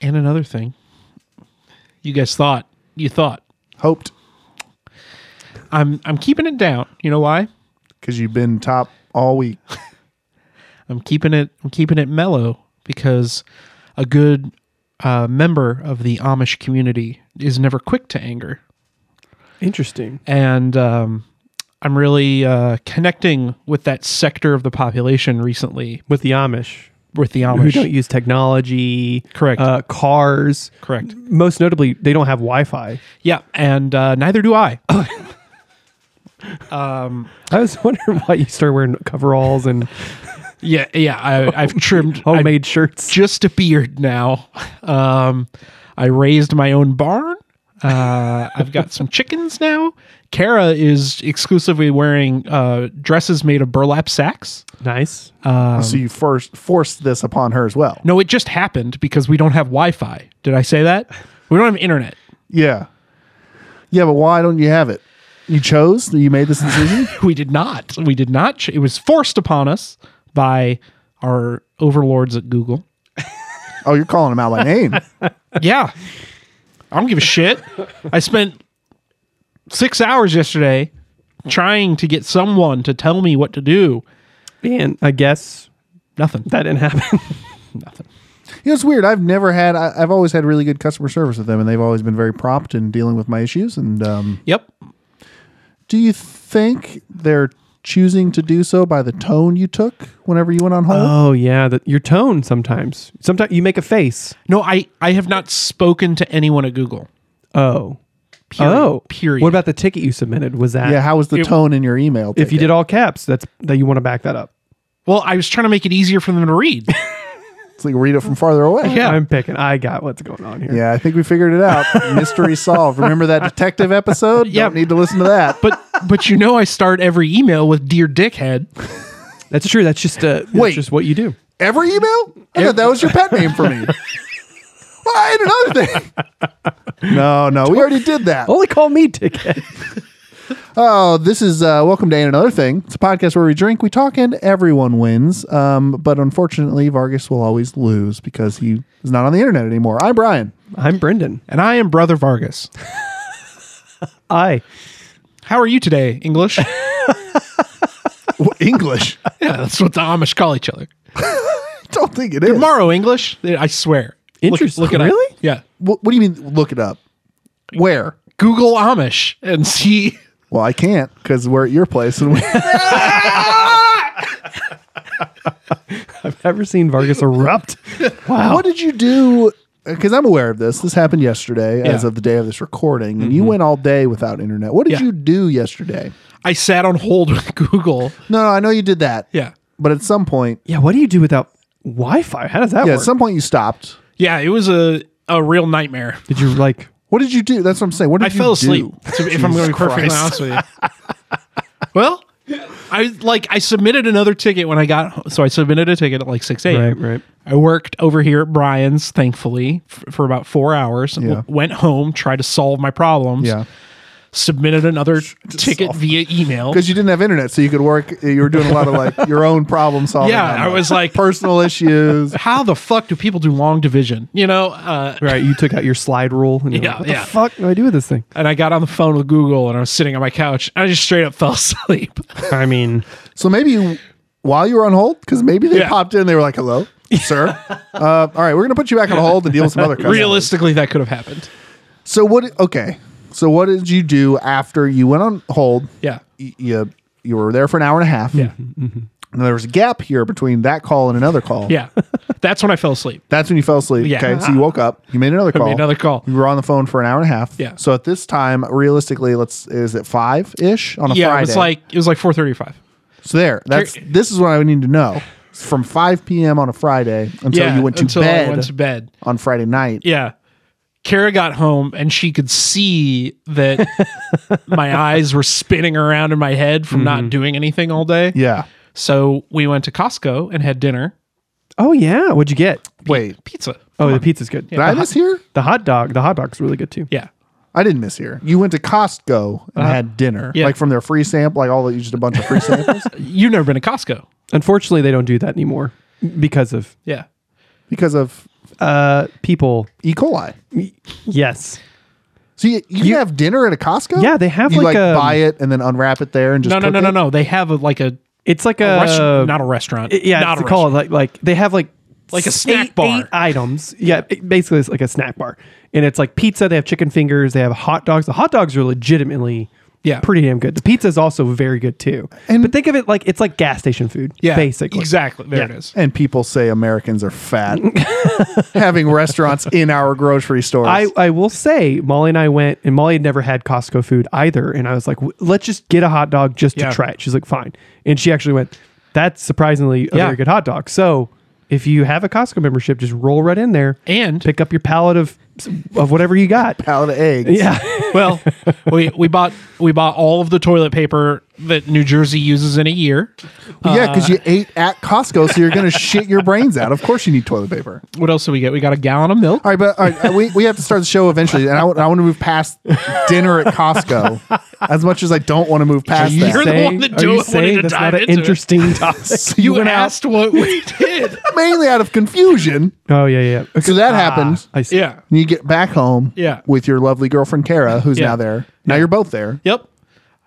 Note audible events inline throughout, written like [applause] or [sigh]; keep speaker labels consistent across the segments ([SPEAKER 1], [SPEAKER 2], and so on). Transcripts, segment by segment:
[SPEAKER 1] And another thing, you guys thought you thought
[SPEAKER 2] Hoped
[SPEAKER 1] I'm I'm keeping it down. You know why?
[SPEAKER 2] because you've been top all week.
[SPEAKER 1] I'm keeping it I'm keeping it mellow because a good uh, member of the Amish community is never quick to anger,
[SPEAKER 3] Interesting.
[SPEAKER 1] and um, I'm really uh, connecting with that sector of the population recently
[SPEAKER 3] With the Amish,
[SPEAKER 1] with the
[SPEAKER 3] who
[SPEAKER 1] Amish.
[SPEAKER 3] don't use technology,
[SPEAKER 1] Correct.
[SPEAKER 3] Uh, cars,
[SPEAKER 1] Correct.
[SPEAKER 3] most notably, they don't have Wi-Fi.
[SPEAKER 1] Yeah, and uh, neither do
[SPEAKER 3] [coughs]
[SPEAKER 1] I.
[SPEAKER 3] I was [laughs] wondering why you started wearing coveralls and
[SPEAKER 1] yeah, yeah. I, I've trimmed. Oh, I-
[SPEAKER 3] Oh, homemade shirts.
[SPEAKER 1] just a beard now. Um, I raised my own barn. Uh, I've got some chickens now. Kara is exclusively wearing uh, dresses made of burlap sacks.
[SPEAKER 3] Nice.
[SPEAKER 2] so you first forced this upon her as well.
[SPEAKER 1] Um, No, it just happened because we don't have Wi Fi. Did I say that? We don't have internet. [laughs]
[SPEAKER 2] Yeah. Yeah, but why don't you have it? You chose? You made
[SPEAKER 1] [laughs]
[SPEAKER 2] this decision?
[SPEAKER 1] We did not. We did not. Ch- it was forced upon us by our overlords at Google.
[SPEAKER 2] oh, you're calling him out
[SPEAKER 1] [laughs]
[SPEAKER 2] by name.
[SPEAKER 1] Yeah. I don't give a shit. I spent six hours yesterday trying to get someone to tell me what to do.
[SPEAKER 3] and I guess
[SPEAKER 1] Nothing.
[SPEAKER 3] that didn't happen. [laughs]
[SPEAKER 2] You know, it's weird. I've never had. I, I've always had really good customer service with them, and they've always been very prompt in dealing with my issues. And um,
[SPEAKER 1] Yep.
[SPEAKER 2] do you think they're choosing to do so by the tone you took whenever you went on
[SPEAKER 1] Uh,
[SPEAKER 2] hold?
[SPEAKER 3] oh yeah, the, your tone sometimes. Sometimes you make a face.
[SPEAKER 1] No, I, I have not spoken to anyone at Google.
[SPEAKER 3] Oh.
[SPEAKER 1] Period.
[SPEAKER 3] Oh.
[SPEAKER 1] Period.
[SPEAKER 3] What about the ticket you submitted? Was that
[SPEAKER 2] yeah. How was the
[SPEAKER 1] it-
[SPEAKER 2] tone in your email?
[SPEAKER 3] if you did all caps, that's that you want to back that up.
[SPEAKER 1] Well, I was trying to make it easier for them to [laughs] read.
[SPEAKER 2] it's like read it from farther
[SPEAKER 1] [laughs]
[SPEAKER 2] away.
[SPEAKER 1] Yeah.
[SPEAKER 3] I'm picking. I got what's going on here.
[SPEAKER 2] Yeah, I think we figured it [laughs] out. Mystery solved. Remember that detective episode?
[SPEAKER 1] Yeah.
[SPEAKER 2] Don't need to listen to that.
[SPEAKER 1] But but you know I start every email with dear dickhead.
[SPEAKER 3] That's true. That's just uh that's
[SPEAKER 2] Wait.
[SPEAKER 3] just what you do.
[SPEAKER 2] Every email? I thought that was your pet name [laughs] for me. well, I had another thing. No, no, we already did that.
[SPEAKER 3] Only call me ticket.
[SPEAKER 2] Oh, this is uh, Welcome to Ain't Another Thing. It's a podcast where we drink, we talk, and everyone wins. Um, but unfortunately, Vargas will always lose because he is not on the internet anymore. I'm Brian.
[SPEAKER 3] [laughs] I'm Brendan.
[SPEAKER 1] And I am Brother Vargas.
[SPEAKER 3] I
[SPEAKER 1] How are you today, [laughs] English?
[SPEAKER 2] English? [laughs] I
[SPEAKER 1] yeah, that's what the Amish call each other.
[SPEAKER 2] don't think it is.
[SPEAKER 1] Tomorrow, English. I swear. Look-
[SPEAKER 3] Interesting.
[SPEAKER 1] Look, it up.
[SPEAKER 3] Really?
[SPEAKER 1] Yeah.
[SPEAKER 2] What, what do you mean? Look it up. Where?
[SPEAKER 1] Google Amish and see
[SPEAKER 2] Well, I can't because we're at your place and we
[SPEAKER 3] I've never seen Vargas erupt. Wow.
[SPEAKER 2] What did you do? Because I'm aware of this. This happened yesterday, as
[SPEAKER 1] Yeah.
[SPEAKER 2] of the day of this recording, and you went all day without internet. What did
[SPEAKER 1] Yeah.
[SPEAKER 2] you do yesterday?
[SPEAKER 1] I sat on hold with [laughs] Google.
[SPEAKER 2] No, no, I know you did that.
[SPEAKER 1] Yeah.
[SPEAKER 2] But at some point,
[SPEAKER 3] Yeah, what do you do without Wi-Fi? How does that
[SPEAKER 2] yeah,
[SPEAKER 3] work?
[SPEAKER 2] at some point you stopped.
[SPEAKER 1] Yeah, it was a, a real nightmare.
[SPEAKER 3] Did you like?
[SPEAKER 2] What did you do? That's what I'm saying. What did
[SPEAKER 1] I
[SPEAKER 2] you
[SPEAKER 1] fell asleep.
[SPEAKER 2] do?
[SPEAKER 1] to- if I'm going to be
[SPEAKER 2] Jesus
[SPEAKER 1] perfectly
[SPEAKER 2] Christ.
[SPEAKER 1] honest with you. [laughs] well, I like I submitted another ticket when I got ho- so I submitted a ticket at like six a.m.
[SPEAKER 3] Right, right.
[SPEAKER 1] I worked over here at Brian's, thankfully, f- for about four hours. W- went home, tried to solve my problems.
[SPEAKER 2] Yeah,
[SPEAKER 1] Submitted another ticket via email.
[SPEAKER 2] because you didn't have internet, so you could work. You were doing a lot of like your own [laughs] problem solving.
[SPEAKER 1] Yeah,
[SPEAKER 2] on,
[SPEAKER 1] I
[SPEAKER 2] like,
[SPEAKER 1] was like,
[SPEAKER 2] personal issues.
[SPEAKER 1] how the fuck do people do long division? You know, uh,
[SPEAKER 3] Right, you took out your slide rule. And you're
[SPEAKER 1] Yeah,
[SPEAKER 3] like, what
[SPEAKER 1] yeah.
[SPEAKER 3] the fuck do I do with this thing?
[SPEAKER 1] and I got on the phone with Google and I was sitting on my couch and I just straight up fell [laughs] asleep.
[SPEAKER 3] I mean,
[SPEAKER 2] [laughs] So maybe you, while you were on hold, because maybe they
[SPEAKER 1] Yeah.
[SPEAKER 2] popped in, they were like, "Hello, sir. [laughs] Uh, all right, we're gonna put you back on hold and deal with [laughs] some other customers."
[SPEAKER 1] Realistically, that could have happened.
[SPEAKER 2] So what? Okay. So what did you do after you went on hold?
[SPEAKER 1] Yeah.
[SPEAKER 2] Y- You you were there for an hour and a half. Yeah. And there was a gap here between that call and another call.
[SPEAKER 1] Yeah. That's when I fell asleep.
[SPEAKER 2] That's when you fell asleep.
[SPEAKER 1] Yeah. Uh-huh.
[SPEAKER 2] Okay. So you woke up. You
[SPEAKER 1] [laughs]
[SPEAKER 2] made another call.
[SPEAKER 1] made another call.
[SPEAKER 2] You were on the phone for an hour and a half.
[SPEAKER 1] Yeah.
[SPEAKER 2] So at this time, realistically, let's is it five ish on a
[SPEAKER 1] yeah,
[SPEAKER 2] Friday?
[SPEAKER 1] it was like it was like four thirty five.
[SPEAKER 2] so. There. That's this is what I need to know. From five p.m. on a Friday until
[SPEAKER 1] yeah,
[SPEAKER 2] you went to
[SPEAKER 1] until
[SPEAKER 2] bed
[SPEAKER 1] I went to bed.
[SPEAKER 2] on Friday night.
[SPEAKER 1] Yeah, Kara got home and she could see
[SPEAKER 2] [laughs]
[SPEAKER 1] that my eyes were spinning around in my head from not doing anything all day.
[SPEAKER 2] Mm-hmm. Yeah.
[SPEAKER 1] So we went to Costco and had dinner,
[SPEAKER 3] oh yeah, what'd you get?
[SPEAKER 2] Wait.
[SPEAKER 1] pizza.
[SPEAKER 3] Oh, the pizza's good.
[SPEAKER 2] Did I
[SPEAKER 1] Uh-huh.
[SPEAKER 2] miss here?
[SPEAKER 3] The hot dog, the hot dog's really good too.
[SPEAKER 1] Yeah,
[SPEAKER 2] I didn't miss here. You went to Costco and had dinner,
[SPEAKER 1] yeah.
[SPEAKER 2] like from their free sample, like all that, just a bunch of free samples
[SPEAKER 1] you've never been to Costco.
[SPEAKER 3] Unfortunately, they don't do that anymore because of
[SPEAKER 1] Yeah,
[SPEAKER 2] because of
[SPEAKER 3] uh, people.
[SPEAKER 2] E. coli.
[SPEAKER 3] Yes.
[SPEAKER 2] So you, you, can have dinner at a Costco?
[SPEAKER 3] Yeah, they have
[SPEAKER 2] you like,
[SPEAKER 3] like a-
[SPEAKER 2] buy it and then unwrap it there and just
[SPEAKER 1] No, no,
[SPEAKER 2] cook
[SPEAKER 1] no, no,
[SPEAKER 2] it?
[SPEAKER 1] no. They have a, like a,
[SPEAKER 3] It's like
[SPEAKER 1] a
[SPEAKER 3] a,
[SPEAKER 2] Uh,
[SPEAKER 1] restaurant, not a restaurant.
[SPEAKER 3] It- yeah,
[SPEAKER 1] not
[SPEAKER 3] it's called like like they have like
[SPEAKER 1] Like a
[SPEAKER 3] s-
[SPEAKER 1] snack
[SPEAKER 3] eight,
[SPEAKER 1] bar.
[SPEAKER 3] eight items. Yeah, it- basically it's like a snack bar, and it's like pizza. They have chicken fingers. They have hot dogs. The hot dogs are legitimately
[SPEAKER 1] Yeah.
[SPEAKER 3] pretty damn good. The pizza is also very good too.
[SPEAKER 2] And-
[SPEAKER 3] but think of it like it's like gas station food.
[SPEAKER 1] Yeah,
[SPEAKER 3] basically
[SPEAKER 1] exactly. There
[SPEAKER 3] Yeah.
[SPEAKER 1] it is.
[SPEAKER 2] And people say Americans are fat. Having restaurants in our grocery stores.
[SPEAKER 3] I, I will say Molly and I went and Molly had never had Costco food either and I was like "W- let's just get a hot dog just
[SPEAKER 1] Yeah.
[SPEAKER 3] to try it. She's like fine. And she actually went that's surprisingly a
[SPEAKER 1] Yeah.
[SPEAKER 3] very good hot dog. So if you have a Costco membership just roll right in there
[SPEAKER 1] And
[SPEAKER 3] pick up your pallet of of whatever you
[SPEAKER 1] [laughs]
[SPEAKER 3] got.
[SPEAKER 2] out of eggs.
[SPEAKER 3] Yeah.
[SPEAKER 1] well, we we bought we bought all of the toilet paper that New Jersey uses in a year.
[SPEAKER 2] Yeah, because you ate at Costco, so you're going to shit your brains out. Of course, you need toilet paper.
[SPEAKER 1] What else did we get? We got a gallon of milk.
[SPEAKER 2] All right, but all right, we, we have to start the show eventually, and I want to move past dinner at Costco as much as I don't want to move past
[SPEAKER 1] you
[SPEAKER 2] that.
[SPEAKER 1] You're the one that
[SPEAKER 3] are
[SPEAKER 1] do-
[SPEAKER 3] you
[SPEAKER 1] wanted
[SPEAKER 3] saying
[SPEAKER 1] to
[SPEAKER 3] that's
[SPEAKER 1] dive
[SPEAKER 3] not an
[SPEAKER 1] into it? [laughs]
[SPEAKER 3] interesting topic?
[SPEAKER 1] You, asked what [laughs] we did.
[SPEAKER 2] mainly out of confusion.
[SPEAKER 3] oh yeah, yeah. yeah.
[SPEAKER 2] So that happened.
[SPEAKER 3] I see.
[SPEAKER 1] yeah.
[SPEAKER 2] And you get back home
[SPEAKER 1] Yeah.
[SPEAKER 2] with your lovely girlfriend, Kara, who's
[SPEAKER 1] Yeah.
[SPEAKER 2] now there. Now you're both there.
[SPEAKER 1] Yep.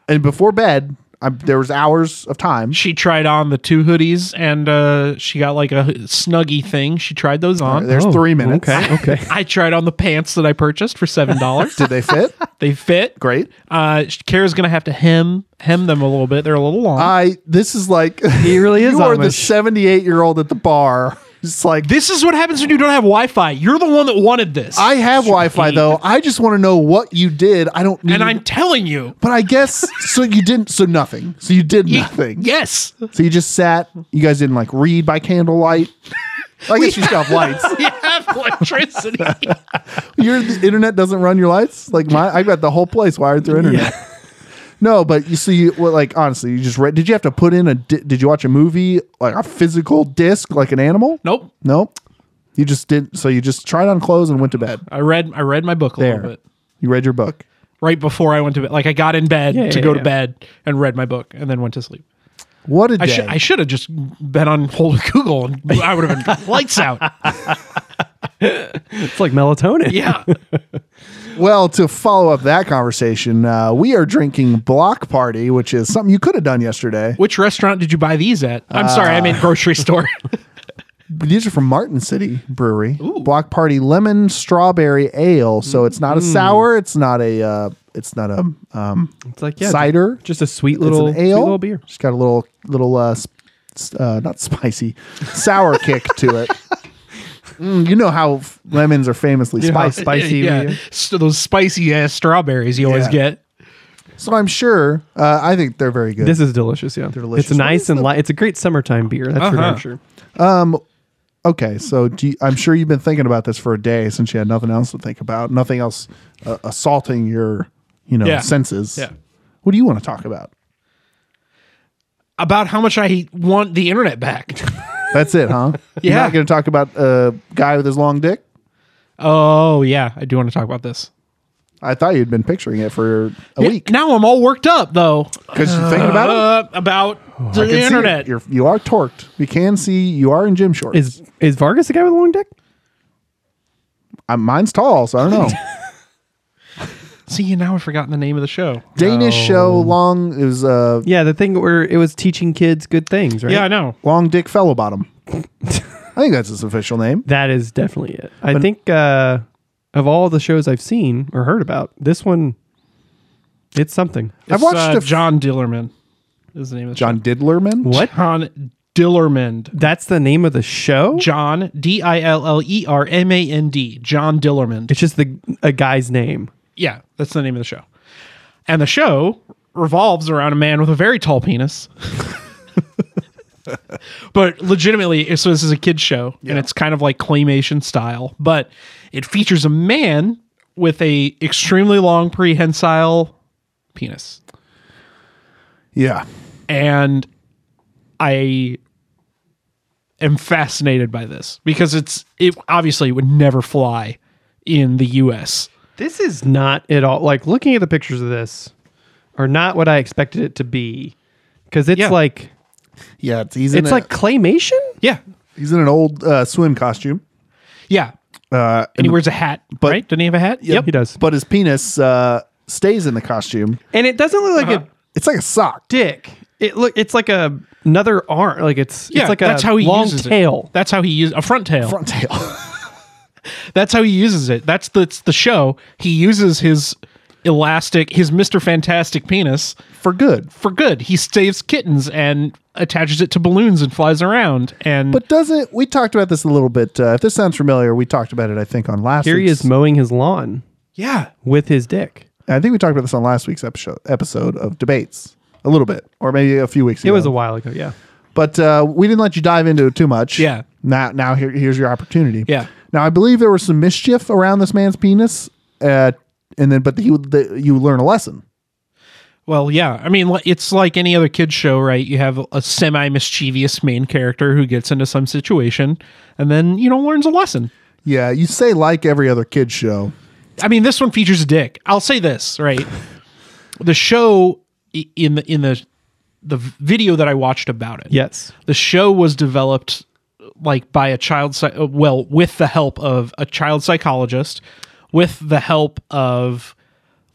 [SPEAKER 2] And before bed, I, there was hours of time.
[SPEAKER 1] She tried on the two hoodies and uh, she got like a snuggy thing. She tried those on.
[SPEAKER 2] There's
[SPEAKER 3] Oh,
[SPEAKER 2] three minutes.
[SPEAKER 1] [laughs]
[SPEAKER 3] Okay, okay.
[SPEAKER 1] I tried on the pants that I purchased for seven [laughs] dollars.
[SPEAKER 2] [laughs] Did they fit?
[SPEAKER 1] they fit
[SPEAKER 2] Great.
[SPEAKER 1] Uh, sh- Kara's gonna have to hem hem them a little bit. They're a little long.
[SPEAKER 2] I. This is like he
[SPEAKER 3] really is
[SPEAKER 2] You are the
[SPEAKER 3] Amish.
[SPEAKER 2] 78 year old at the bar. It's like
[SPEAKER 1] this is what happens when you don't have Wi-Fi. You're the one that wanted this,
[SPEAKER 2] I have Wi-Fi though. I just want to know what you did. I don't. Need,
[SPEAKER 1] and I'm telling [laughs] you,
[SPEAKER 2] But I guess so. You didn't. So nothing. So you did nothing.
[SPEAKER 1] yes.
[SPEAKER 2] So you just sat. You guys didn't like read by candlelight.
[SPEAKER 1] [laughs]
[SPEAKER 2] I guess you still have lights.
[SPEAKER 1] We have electricity.
[SPEAKER 2] Your the internet doesn't run your lights. Like my, I got the whole place wired through internet. [laughs] No, but you see, you, well, like honestly, you just read. Did you have to put in a? Di- did you watch a movie like a physical disc like an animal?
[SPEAKER 1] [laughs] nope.
[SPEAKER 2] Nope. You just did. So you just tried on clothes and went
[SPEAKER 1] [laughs]
[SPEAKER 2] to bed.
[SPEAKER 1] I read I read my book a
[SPEAKER 2] There,
[SPEAKER 1] little bit
[SPEAKER 2] you read your book.
[SPEAKER 1] right before I went to bed. Like I got in bed
[SPEAKER 3] Yeah,
[SPEAKER 1] to
[SPEAKER 3] yeah,
[SPEAKER 1] go to
[SPEAKER 3] yeah.
[SPEAKER 1] bed and read my book and then went to sleep.
[SPEAKER 2] What a day!
[SPEAKER 1] I should I should have just been on hold with Google and I would have [laughs] been lights out.
[SPEAKER 3] It's like melatonin.
[SPEAKER 1] Yeah.
[SPEAKER 2] Well, to follow up that conversation, uh, we are drinking Block Party, which is something you could have done yesterday.
[SPEAKER 1] Which restaurant did you buy these at? I'm sorry, I mean
[SPEAKER 2] Uh,
[SPEAKER 1] grocery store.
[SPEAKER 2] But these are from Martin City Brewery. Block Party Lemon Strawberry Ale. So it's not a sour. It's not a. Uh, it's not a um,
[SPEAKER 3] It's like Mm. yeah,
[SPEAKER 2] cider.
[SPEAKER 3] just a sweet
[SPEAKER 2] it's
[SPEAKER 3] little
[SPEAKER 2] an
[SPEAKER 3] sweet
[SPEAKER 2] ale.
[SPEAKER 3] little beer.
[SPEAKER 2] Just got a little little uh, s- s- uh, not spicy,
[SPEAKER 3] [laughs]
[SPEAKER 2] sour kick to it. Mm, you know how f- lemons are famously
[SPEAKER 3] know
[SPEAKER 2] [laughs]
[SPEAKER 3] how
[SPEAKER 2] spicy.
[SPEAKER 3] spicy we are.
[SPEAKER 1] So those spicy ass strawberries you always
[SPEAKER 2] Yeah.
[SPEAKER 1] get.
[SPEAKER 2] So I'm sure. Uh, I think they're very good.
[SPEAKER 3] This is delicious. Yeah,
[SPEAKER 2] delicious.
[SPEAKER 3] It's
[SPEAKER 2] What
[SPEAKER 3] nice and light. It's a great summertime beer. That's for
[SPEAKER 1] Uh-huh.
[SPEAKER 3] damn sure.
[SPEAKER 2] Okay, so do you, I'm sure you've been thinking about this for a day since you had nothing else to think about, nothing else uh, assaulting your, you know,
[SPEAKER 1] Yeah.
[SPEAKER 2] senses.
[SPEAKER 1] Yeah.
[SPEAKER 2] What do you want to talk about?
[SPEAKER 1] About how much I want the internet back.
[SPEAKER 2] [laughs] That's
[SPEAKER 1] [laughs]
[SPEAKER 2] it, huh? You're
[SPEAKER 1] Yeah.
[SPEAKER 2] not going to talk about a guy with his long dick.
[SPEAKER 1] Oh yeah, I do want to talk about this.
[SPEAKER 2] I thought you'd been picturing it for a
[SPEAKER 1] Yeah,
[SPEAKER 2] week
[SPEAKER 1] Now I'm all worked up though.
[SPEAKER 2] because you're thinking about it.
[SPEAKER 1] Uh, about
[SPEAKER 2] I can
[SPEAKER 1] the
[SPEAKER 2] see it.
[SPEAKER 1] internet.
[SPEAKER 2] You're, you are torqued. We can see you are in gym shorts.
[SPEAKER 3] Is is Vargas the guy with the long dick?
[SPEAKER 2] Uh, mine's tall, so I
[SPEAKER 1] [laughs]
[SPEAKER 2] don't know.
[SPEAKER 1] See, now I've forgotten the name of the show.
[SPEAKER 2] Danish show long it was uh,
[SPEAKER 3] Yeah, the thing where it was teaching kids good things, right?
[SPEAKER 1] Yeah, I know.
[SPEAKER 2] long dick
[SPEAKER 1] [laughs]
[SPEAKER 2] fellow bottom. I think that's his official name.
[SPEAKER 3] That is definitely it. I think uh, of all the shows I've seen or heard about, this one, it's something.
[SPEAKER 2] I've watched
[SPEAKER 1] uh,
[SPEAKER 2] a f-
[SPEAKER 1] John Dillerman. Is the name of the
[SPEAKER 2] John Didlerman.
[SPEAKER 1] show.
[SPEAKER 3] What?
[SPEAKER 1] John Dillerman.
[SPEAKER 3] That's the name of the show.
[SPEAKER 1] John D I L L E R M A N D. John Dillerman.
[SPEAKER 3] It's just the a guy's name.
[SPEAKER 1] Yeah, that's the name of the show. And the show revolves around a man with a very tall penis. [laughs] but legitimately, so this is a kid's show, and it's kind of like claymation style, but it features a man with a extremely long prehensile penis.
[SPEAKER 2] Yeah.
[SPEAKER 1] And I am fascinated by this because it's it obviously would never fly in the US.
[SPEAKER 3] This is not at all like looking at the pictures of this are not what I expected it to be because it's
[SPEAKER 1] Yeah.
[SPEAKER 3] like
[SPEAKER 2] Yeah, it's he's in
[SPEAKER 3] it's
[SPEAKER 2] a-
[SPEAKER 3] like claymation.
[SPEAKER 1] Yeah.
[SPEAKER 2] he's in an old uh, swim costume.
[SPEAKER 1] Yeah.
[SPEAKER 2] Uh,
[SPEAKER 1] And he wears a hat, right? Doesn't he have a hat?
[SPEAKER 2] Yep.
[SPEAKER 3] He does.
[SPEAKER 2] but his penis uh, stays in the costume.
[SPEAKER 3] And it doesn't look like
[SPEAKER 1] Uh-huh.
[SPEAKER 3] a
[SPEAKER 2] It's like a sock.
[SPEAKER 3] dick. It look it's like a another arm. Like it's
[SPEAKER 1] Yeah,
[SPEAKER 3] it's like
[SPEAKER 1] that's
[SPEAKER 3] a
[SPEAKER 1] how he
[SPEAKER 3] long
[SPEAKER 1] uses
[SPEAKER 3] tail.
[SPEAKER 1] It. That's how he uses a front tail.
[SPEAKER 2] Front tail. [laughs]
[SPEAKER 1] That's how he uses it. That's the, it's the show. He uses his elastic, his Mister Fantastic penis
[SPEAKER 2] For good.
[SPEAKER 1] for good. He saves kittens and attaches it to balloons and flies around. And
[SPEAKER 2] But doesn't we talked about this a little bit? Uh, if this sounds familiar, we talked about it. I think on last.
[SPEAKER 3] Here he
[SPEAKER 2] week's-
[SPEAKER 3] is mowing his lawn
[SPEAKER 1] yeah,
[SPEAKER 3] with his dick.
[SPEAKER 2] I think we talked about this on last week's episode episode of debates a little bit, or maybe a few weeks.
[SPEAKER 3] It
[SPEAKER 2] ago.
[SPEAKER 3] was a while ago, yeah.
[SPEAKER 2] but uh, we didn't let you dive into it too much.
[SPEAKER 1] Yeah.
[SPEAKER 2] Now, now here, here's your opportunity.
[SPEAKER 1] Yeah.
[SPEAKER 2] Now I believe there was some mischief around this man's penis, uh, and then but he would the, you learn a lesson.
[SPEAKER 1] Well, yeah. I mean, li- it's like any other kids show, right? You have a semi mischievous main character who gets into some situation and then, you know, learns a lesson.
[SPEAKER 2] Yeah. You say like every other kid show.
[SPEAKER 1] I mean, this one features a dick. I'll say this, right? [laughs] The show i- in the in the the video that I watched about it.
[SPEAKER 3] Yes.
[SPEAKER 1] The show was developed like by a child psy- uh, well, with the help of a child psychologist, with the help of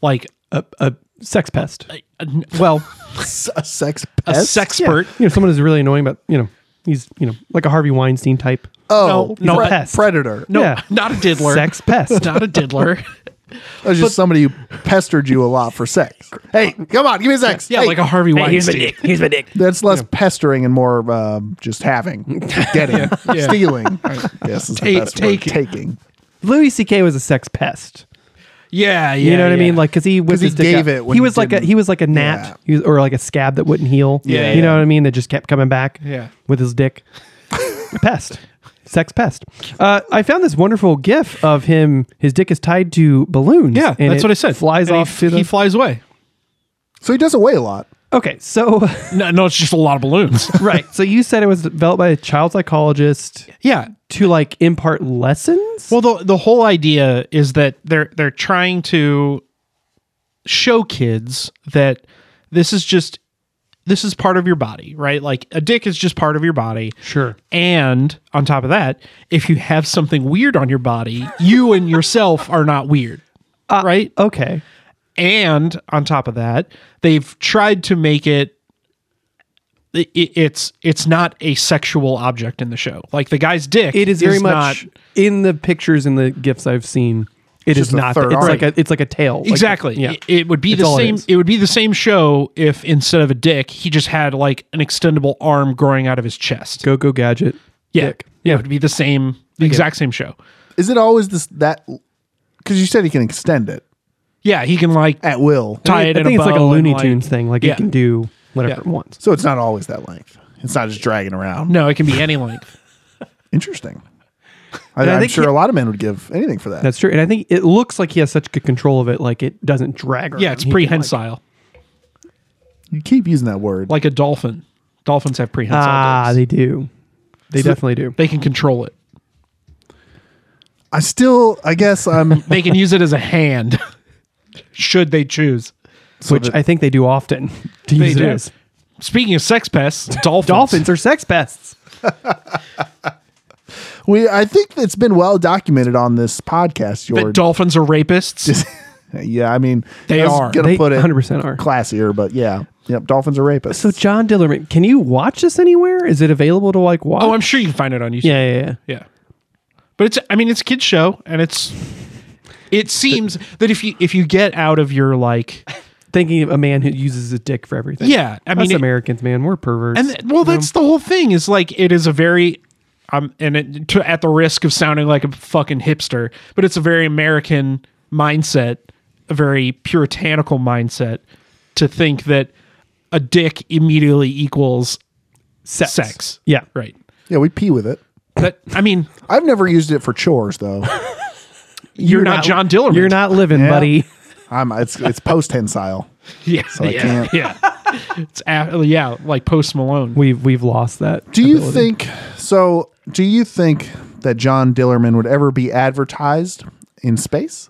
[SPEAKER 1] like
[SPEAKER 3] A, a sex pest.
[SPEAKER 1] a- a- well,
[SPEAKER 2] S- A sex
[SPEAKER 1] a
[SPEAKER 2] pest?
[SPEAKER 1] sexpert.
[SPEAKER 3] You know, someone who's really annoying, but you know, he's you know like a Harvey Weinstein type.
[SPEAKER 2] Oh,
[SPEAKER 1] No, no,
[SPEAKER 2] pre-
[SPEAKER 1] a
[SPEAKER 3] pest.
[SPEAKER 2] predator.
[SPEAKER 1] Uh, No, [laughs]
[SPEAKER 3] Yeah.
[SPEAKER 1] not a diddler. [laughs]
[SPEAKER 3] Sex pest.
[SPEAKER 1] not a diddler.
[SPEAKER 2] That was just somebody who pestered you a lot for sex. Hey, come on, give me sex.
[SPEAKER 1] Yeah,
[SPEAKER 2] Hey,
[SPEAKER 1] like a Harvey Weinstein.
[SPEAKER 3] Here's my dick.
[SPEAKER 2] That's less pestering and more um, just having, getting, stealing. Yes, is the
[SPEAKER 1] Ta-
[SPEAKER 2] best
[SPEAKER 1] taking.
[SPEAKER 2] word. Taking.
[SPEAKER 3] Louis C.K. was a sex pest.
[SPEAKER 1] Yeah, yeah.
[SPEAKER 3] You know what I
[SPEAKER 1] yeah.
[SPEAKER 3] mean? Like, cause he was
[SPEAKER 2] he gave it when
[SPEAKER 3] he
[SPEAKER 2] he
[SPEAKER 3] was like a
[SPEAKER 2] didn't-
[SPEAKER 3] he was like a gnat,
[SPEAKER 2] Yeah.
[SPEAKER 3] he was, or like a scab that wouldn't heal.
[SPEAKER 1] Yeah,
[SPEAKER 3] you
[SPEAKER 1] yeah.
[SPEAKER 3] know what I mean? That just kept coming back.
[SPEAKER 1] Yeah.
[SPEAKER 3] with his dick, [laughs] pest, sex pest. Uh, I found this wonderful GIF of him. His dick is tied to balloons.
[SPEAKER 1] yeah,
[SPEAKER 3] and
[SPEAKER 1] that's
[SPEAKER 3] it
[SPEAKER 1] what I said.
[SPEAKER 3] Flies
[SPEAKER 1] And he
[SPEAKER 3] off
[SPEAKER 1] f-
[SPEAKER 3] to the.
[SPEAKER 1] he flies away.
[SPEAKER 2] So he doesn't weigh a lot.
[SPEAKER 3] okay, so [laughs]
[SPEAKER 1] No, no, it's just a lot of [laughs] balloons.
[SPEAKER 3] right, so you said it was developed by a child psychologist
[SPEAKER 1] yeah.
[SPEAKER 3] to like impart lessons.
[SPEAKER 1] Well, the the whole idea is that they're they're trying to show kids that this is just this is part of your body, right? Like a dick is just part of your body.
[SPEAKER 3] Sure.
[SPEAKER 1] And on top of that, if you have something weird on your body, you and yourself are not weird. right?
[SPEAKER 3] okay,
[SPEAKER 1] and on top of that they've tried to make it i- i- it's it's not a sexual object in the show like the guy's dick
[SPEAKER 3] it is very much
[SPEAKER 1] not-
[SPEAKER 3] in the pictures and the GIFs I've seen. It is
[SPEAKER 2] Just a
[SPEAKER 3] not.
[SPEAKER 2] third
[SPEAKER 3] it's
[SPEAKER 2] arm.
[SPEAKER 3] like a it's like a tail. Like-
[SPEAKER 1] exactly
[SPEAKER 3] yeah.
[SPEAKER 1] it, it would be
[SPEAKER 3] It's
[SPEAKER 1] the
[SPEAKER 3] all it
[SPEAKER 1] same
[SPEAKER 3] is.
[SPEAKER 1] it, would be the same show if instead of a dick he just had like an extendable arm growing out of his chest
[SPEAKER 3] Go go gadget.
[SPEAKER 1] yeah
[SPEAKER 3] dick.
[SPEAKER 1] yeah it would be the same the exact same show
[SPEAKER 2] Is it always this that? Because you said he can extend it
[SPEAKER 1] yeah he can like
[SPEAKER 2] at will.
[SPEAKER 1] tie
[SPEAKER 3] I
[SPEAKER 1] it in
[SPEAKER 3] think
[SPEAKER 1] a
[SPEAKER 3] it's like a
[SPEAKER 1] bow and,
[SPEAKER 3] Looney Tunes thing. Like
[SPEAKER 1] Yeah.
[SPEAKER 3] it can do whatever it wants.
[SPEAKER 2] So it's not always that length. It's not just dragging around.
[SPEAKER 1] no it can be any length
[SPEAKER 3] [laughs]
[SPEAKER 2] Interesting. I,
[SPEAKER 3] I
[SPEAKER 2] am
[SPEAKER 3] think
[SPEAKER 2] sure
[SPEAKER 3] he-
[SPEAKER 2] a lot of men would give anything for that.
[SPEAKER 3] That's true. And I think it looks like he has such good control of it. Like it doesn't drag. Around.
[SPEAKER 1] yeah it's
[SPEAKER 3] He can, like-
[SPEAKER 1] prehensile like,
[SPEAKER 2] you keep using that word.
[SPEAKER 1] a dolphin dolphins have prehensile
[SPEAKER 3] ah,
[SPEAKER 1] dicks.
[SPEAKER 3] they do. They definitely do.
[SPEAKER 1] they can control it
[SPEAKER 2] I still, I guess I'm. [laughs]
[SPEAKER 1] they can use it as a hand [laughs] should they choose
[SPEAKER 3] which I think they
[SPEAKER 1] [laughs]
[SPEAKER 3] do often. To use it
[SPEAKER 1] do.
[SPEAKER 3] as.
[SPEAKER 1] speaking of sex pests dolphins
[SPEAKER 3] Dolphins are sex pests.
[SPEAKER 2] We, I think it's been well documented on this podcast.
[SPEAKER 1] that
[SPEAKER 2] Your
[SPEAKER 1] dolphins are rapists
[SPEAKER 2] yeah, I mean
[SPEAKER 1] They
[SPEAKER 2] I was
[SPEAKER 1] are.
[SPEAKER 2] gonna
[SPEAKER 3] They
[SPEAKER 2] put it
[SPEAKER 3] 100% are.
[SPEAKER 2] classier, but yeah, yep. Dolphins are rapists.
[SPEAKER 3] So John Dillerman, can you watch this anywhere? Is it available to like watch?
[SPEAKER 1] oh i'm sure you can find it on youtube
[SPEAKER 3] yeah, yeah, yeah.
[SPEAKER 1] Yeah. but it's i mean it's a kid's show and it's it seems that if you if you get out of your like
[SPEAKER 3] Thinking of a man who uses a dick for everything.
[SPEAKER 1] Yeah, I
[SPEAKER 3] I
[SPEAKER 1] mean,
[SPEAKER 3] mean,
[SPEAKER 1] it-
[SPEAKER 3] Americans, man, we're perverts.
[SPEAKER 1] and th- well that's the whole thing is like it is a very um and it, to, at the risk of sounding like a fucking hipster but it's a very american mindset a very puritanical mindset to think that a dick immediately equals
[SPEAKER 3] sex.
[SPEAKER 1] sex.
[SPEAKER 3] Yeah,
[SPEAKER 1] Right.
[SPEAKER 2] yeah, we pee with it.
[SPEAKER 1] But I mean, [laughs]
[SPEAKER 2] I've never used it for chores
[SPEAKER 3] [laughs]
[SPEAKER 2] though.
[SPEAKER 1] you're, not, John Dillerman.
[SPEAKER 3] You're not living,
[SPEAKER 2] Yeah.
[SPEAKER 3] buddy.
[SPEAKER 2] I'm it's it's post tensile.
[SPEAKER 1] Yeah.
[SPEAKER 2] I
[SPEAKER 1] yeah. [laughs]
[SPEAKER 2] can't-
[SPEAKER 1] yeah. It's a, yeah, like Post Malone.
[SPEAKER 3] We've we've lost that.
[SPEAKER 2] Do you
[SPEAKER 3] ability.
[SPEAKER 2] think so? Do you think that John Dillerman would ever be advertised in space?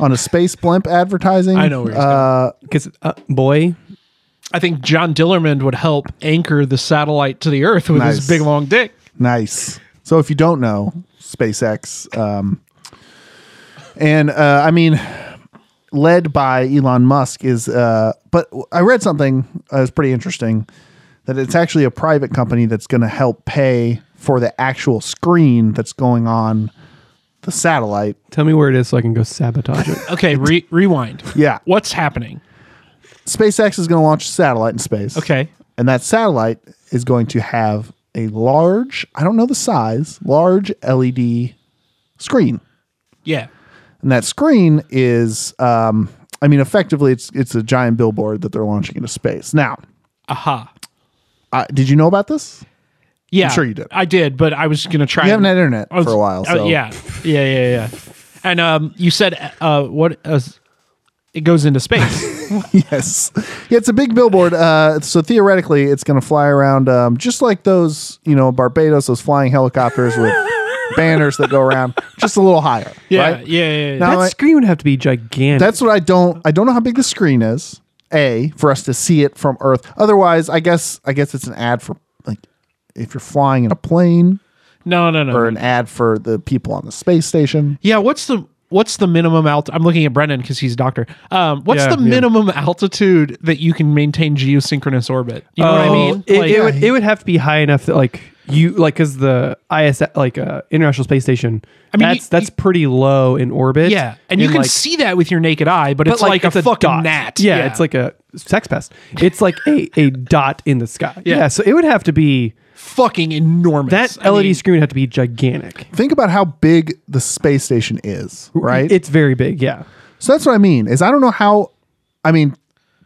[SPEAKER 2] On a space blimp advertising?
[SPEAKER 1] I know where he's
[SPEAKER 2] uh,
[SPEAKER 3] Because uh, boy,
[SPEAKER 1] I think John Dillerman would help anchor the satellite to the Earth with
[SPEAKER 2] Nice.
[SPEAKER 1] his big long dick.
[SPEAKER 2] Nice. So if you don't know, SpaceX. Um, and uh, I mean, led by Elon Musk is. Uh, but I read something that was pretty interesting that it's actually a private company that's going to help pay for the actual screen that's going on the satellite.
[SPEAKER 3] Tell me where it is so I can go
[SPEAKER 1] [laughs]
[SPEAKER 3] sabotage it.
[SPEAKER 1] Okay, re- rewind.
[SPEAKER 2] Yeah.
[SPEAKER 1] What's happening?
[SPEAKER 2] SpaceX is going to launch a satellite in space.
[SPEAKER 1] Okay.
[SPEAKER 2] And that satellite is going to have a large, I don't know the size, large LED screen.
[SPEAKER 1] Yeah.
[SPEAKER 2] And that screen is um I mean effectively it's it's a giant billboard that they're launching into space. Now,
[SPEAKER 1] Aha.
[SPEAKER 2] uh, did you know about this?
[SPEAKER 1] Yeah.
[SPEAKER 2] sure you did.
[SPEAKER 1] I did, but I was going to try.
[SPEAKER 2] You
[SPEAKER 1] and-
[SPEAKER 2] haven't had internet
[SPEAKER 1] I was-
[SPEAKER 2] for a while,
[SPEAKER 1] oh,
[SPEAKER 2] so
[SPEAKER 1] yeah. Yeah, yeah, yeah. And um, you said uh, what? Uh, it goes into space.
[SPEAKER 2] [laughs] yes. Yeah, it's a big billboard. Uh, so theoretically, it's going to fly around um, just like those, you know, Barbados, those flying
[SPEAKER 1] [laughs]
[SPEAKER 2] helicopters with banners that go around, just a little higher.
[SPEAKER 1] Yeah,
[SPEAKER 2] right?
[SPEAKER 1] yeah, yeah, yeah.
[SPEAKER 2] Now,
[SPEAKER 3] that
[SPEAKER 2] I-
[SPEAKER 3] screen would have to be gigantic.
[SPEAKER 2] that's what I don't. I don't know how big the screen is. A for us to see it from Earth. Otherwise, I guess I guess it's an ad for like if you're flying in a plane
[SPEAKER 1] no, no, no.
[SPEAKER 2] or an ad for the people on the space station.
[SPEAKER 1] Yeah, what's the what's the minimum alt? I'm looking at Brendan because he's a doctor. Um, what's
[SPEAKER 3] Yeah,
[SPEAKER 1] the
[SPEAKER 3] yeah.
[SPEAKER 1] minimum altitude that you can maintain geosynchronous orbit? You know what I
[SPEAKER 3] Oh,
[SPEAKER 1] mean?
[SPEAKER 3] It,
[SPEAKER 1] Like-
[SPEAKER 3] it would it would have to be high enough that like you like because the IS like uh, International Space Station. I
[SPEAKER 1] mean,
[SPEAKER 3] mean, that's
[SPEAKER 1] you-
[SPEAKER 3] that's
[SPEAKER 1] you-
[SPEAKER 3] pretty low in orbit.
[SPEAKER 1] yeah, and you
[SPEAKER 3] in,
[SPEAKER 1] can
[SPEAKER 3] like-
[SPEAKER 1] see that with your naked eye, but, it's like, a, fucking
[SPEAKER 3] dot.
[SPEAKER 1] gnat.
[SPEAKER 3] Yeah, it's like a sex pest. It's like a
[SPEAKER 1] [laughs]
[SPEAKER 3] a dot in the sky.
[SPEAKER 1] Yeah.
[SPEAKER 3] Yeah. so it would have to be
[SPEAKER 1] fucking enormous.
[SPEAKER 3] that
[SPEAKER 1] I
[SPEAKER 3] LED
[SPEAKER 1] mean,
[SPEAKER 3] screen would have to be gigantic.
[SPEAKER 2] Think about how big the space station is, right?
[SPEAKER 3] It's very big. Yeah.
[SPEAKER 2] So that's what I mean. Is I don't know how. I mean,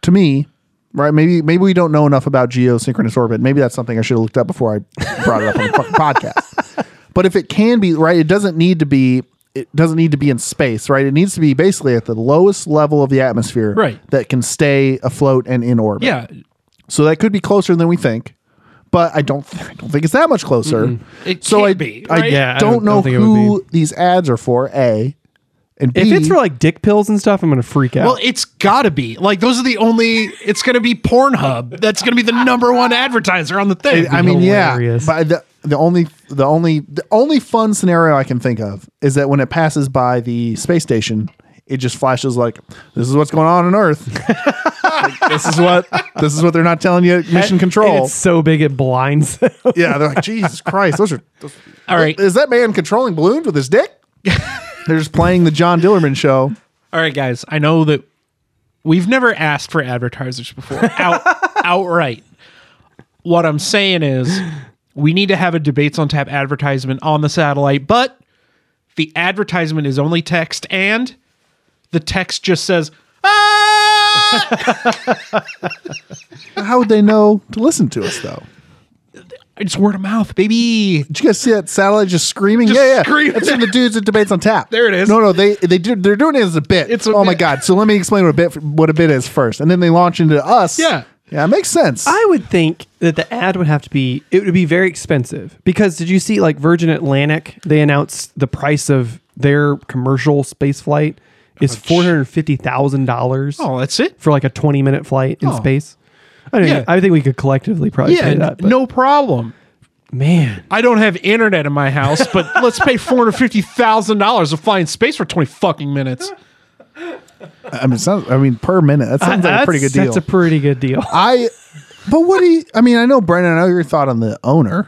[SPEAKER 2] to me, right? Maybe maybe we don't know enough about geosynchronous orbit. Maybe that's something I should have looked up before I brought it up on the fucking podcast. But if it can be right, it doesn't need to be. It doesn't need to be in space, right? It needs to be basically at the lowest level of the atmosphere,
[SPEAKER 1] Right.
[SPEAKER 2] That can stay afloat and in orbit.
[SPEAKER 1] yeah,
[SPEAKER 2] So that could be closer than we think, but I don't. Th- I don't think it's that much closer.
[SPEAKER 1] It
[SPEAKER 2] so
[SPEAKER 1] can't
[SPEAKER 2] I,
[SPEAKER 1] be,
[SPEAKER 2] I
[SPEAKER 1] right?
[SPEAKER 3] Yeah, I
[SPEAKER 2] don't,
[SPEAKER 3] don't-
[SPEAKER 2] know
[SPEAKER 3] don't think it would
[SPEAKER 2] who these ads are for. A and B.
[SPEAKER 3] If it's for like dick pills and stuff, I'm gonna freak out.
[SPEAKER 1] Well, it's gotta be like those are the only. It's gonna be Pornhub. That's gonna be the number one advertiser on the thing.
[SPEAKER 2] I mean,
[SPEAKER 3] hilarious.
[SPEAKER 2] yeah. But the the only the only the only fun scenario I can think of is that when it passes by the space station, it just flashes like, "This is what's going on on Earth. [laughs] Like, this is what this is what they're not telling you. at Mission
[SPEAKER 3] And
[SPEAKER 2] Control.
[SPEAKER 3] it's so big it blinds.
[SPEAKER 2] [laughs] Yeah, they're like, Jesus Christ, those are. Those,
[SPEAKER 1] All right,
[SPEAKER 2] is that man controlling balloons with his dick? [laughs] they're just playing the John Dillerman show.
[SPEAKER 1] all right, guys. I know that we've never asked for advertisers before out,
[SPEAKER 3] [laughs]
[SPEAKER 1] outright. What I'm saying is, we need to have a debates on tap advertisement on the satellite, but the advertisement is only text, and the text just says.
[SPEAKER 3] [laughs]
[SPEAKER 1] Ah!
[SPEAKER 2] How would they know to listen to us though?
[SPEAKER 1] it's word of mouth, baby.
[SPEAKER 2] Did you guys see that satellite just screaming?
[SPEAKER 1] Just
[SPEAKER 2] yeah, yeah.
[SPEAKER 1] screaming.
[SPEAKER 2] That's in the dudes at debates on tap.
[SPEAKER 1] There it is.
[SPEAKER 2] No, no, they they do, they're doing it as a bit.
[SPEAKER 1] It's
[SPEAKER 2] It's
[SPEAKER 1] a
[SPEAKER 2] oh my
[SPEAKER 1] bit.
[SPEAKER 2] god. So let me explain what a bit what a bit is first, and then they launch into us.
[SPEAKER 1] Yeah.
[SPEAKER 2] yeah, it makes sense.
[SPEAKER 3] I would think that the ad would have to be it would be very expensive because did you see like Virgin Atlantic they announced the price of their commercial space flight
[SPEAKER 2] Oh,
[SPEAKER 3] is four hundred fifty thousand dollars
[SPEAKER 1] Oh, that's it.
[SPEAKER 3] for like a twenty minute flight in
[SPEAKER 1] Oh.
[SPEAKER 3] space. I don't
[SPEAKER 1] Yeah.
[SPEAKER 3] know, I think we could collectively probably
[SPEAKER 1] Yeah,
[SPEAKER 3] pay that. but-
[SPEAKER 1] no problem.
[SPEAKER 3] man,
[SPEAKER 1] I don't have internet in my house, but let's pay four hundred fifty thousand dollars to fly in space for twenty fucking minutes.
[SPEAKER 2] I mean, it sounds, I mean, per minute, that sounds like a pretty good
[SPEAKER 3] That's-
[SPEAKER 2] deal.
[SPEAKER 3] That's a pretty
[SPEAKER 2] [laughs]
[SPEAKER 3] good deal.
[SPEAKER 2] I, but what do you? I mean, I know Brendan. I know your thought on the owner.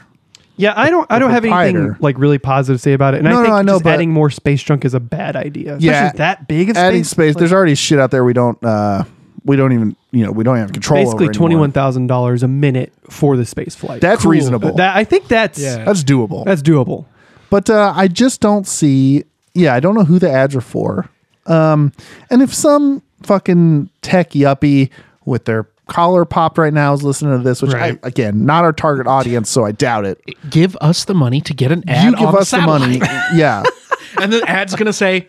[SPEAKER 3] Yeah, I don't. I don't have anything
[SPEAKER 2] proprietor.
[SPEAKER 3] like really positive to say about it. And
[SPEAKER 2] No,
[SPEAKER 3] I
[SPEAKER 2] no,
[SPEAKER 3] think
[SPEAKER 2] I know,
[SPEAKER 3] just
[SPEAKER 2] but-
[SPEAKER 3] adding more space junk is a bad idea.
[SPEAKER 2] Yeah.
[SPEAKER 3] Especially that big of
[SPEAKER 2] Adding
[SPEAKER 3] space.
[SPEAKER 2] space.
[SPEAKER 3] like,
[SPEAKER 2] there's already shit out there. We don't. uh We don't even. You know, we don't have control.
[SPEAKER 3] basically
[SPEAKER 2] over anymore.
[SPEAKER 3] twenty one thousand dollars a minute for the space flight.
[SPEAKER 2] That's reasonable.
[SPEAKER 3] That I think that's
[SPEAKER 1] Yeah.
[SPEAKER 2] That's doable.
[SPEAKER 3] that's doable.
[SPEAKER 2] But uh, I just don't see. Yeah, I don't know who the ads are for. Um, and if some fucking tech yuppie with their collar popped right now is listening to this, which
[SPEAKER 1] Right.
[SPEAKER 2] I, again, not our target audience, so I doubt it.
[SPEAKER 1] Give us the money to get an ad.
[SPEAKER 2] you give us the money,
[SPEAKER 3] [laughs]
[SPEAKER 2] yeah.
[SPEAKER 1] [laughs] and the ad's gonna say,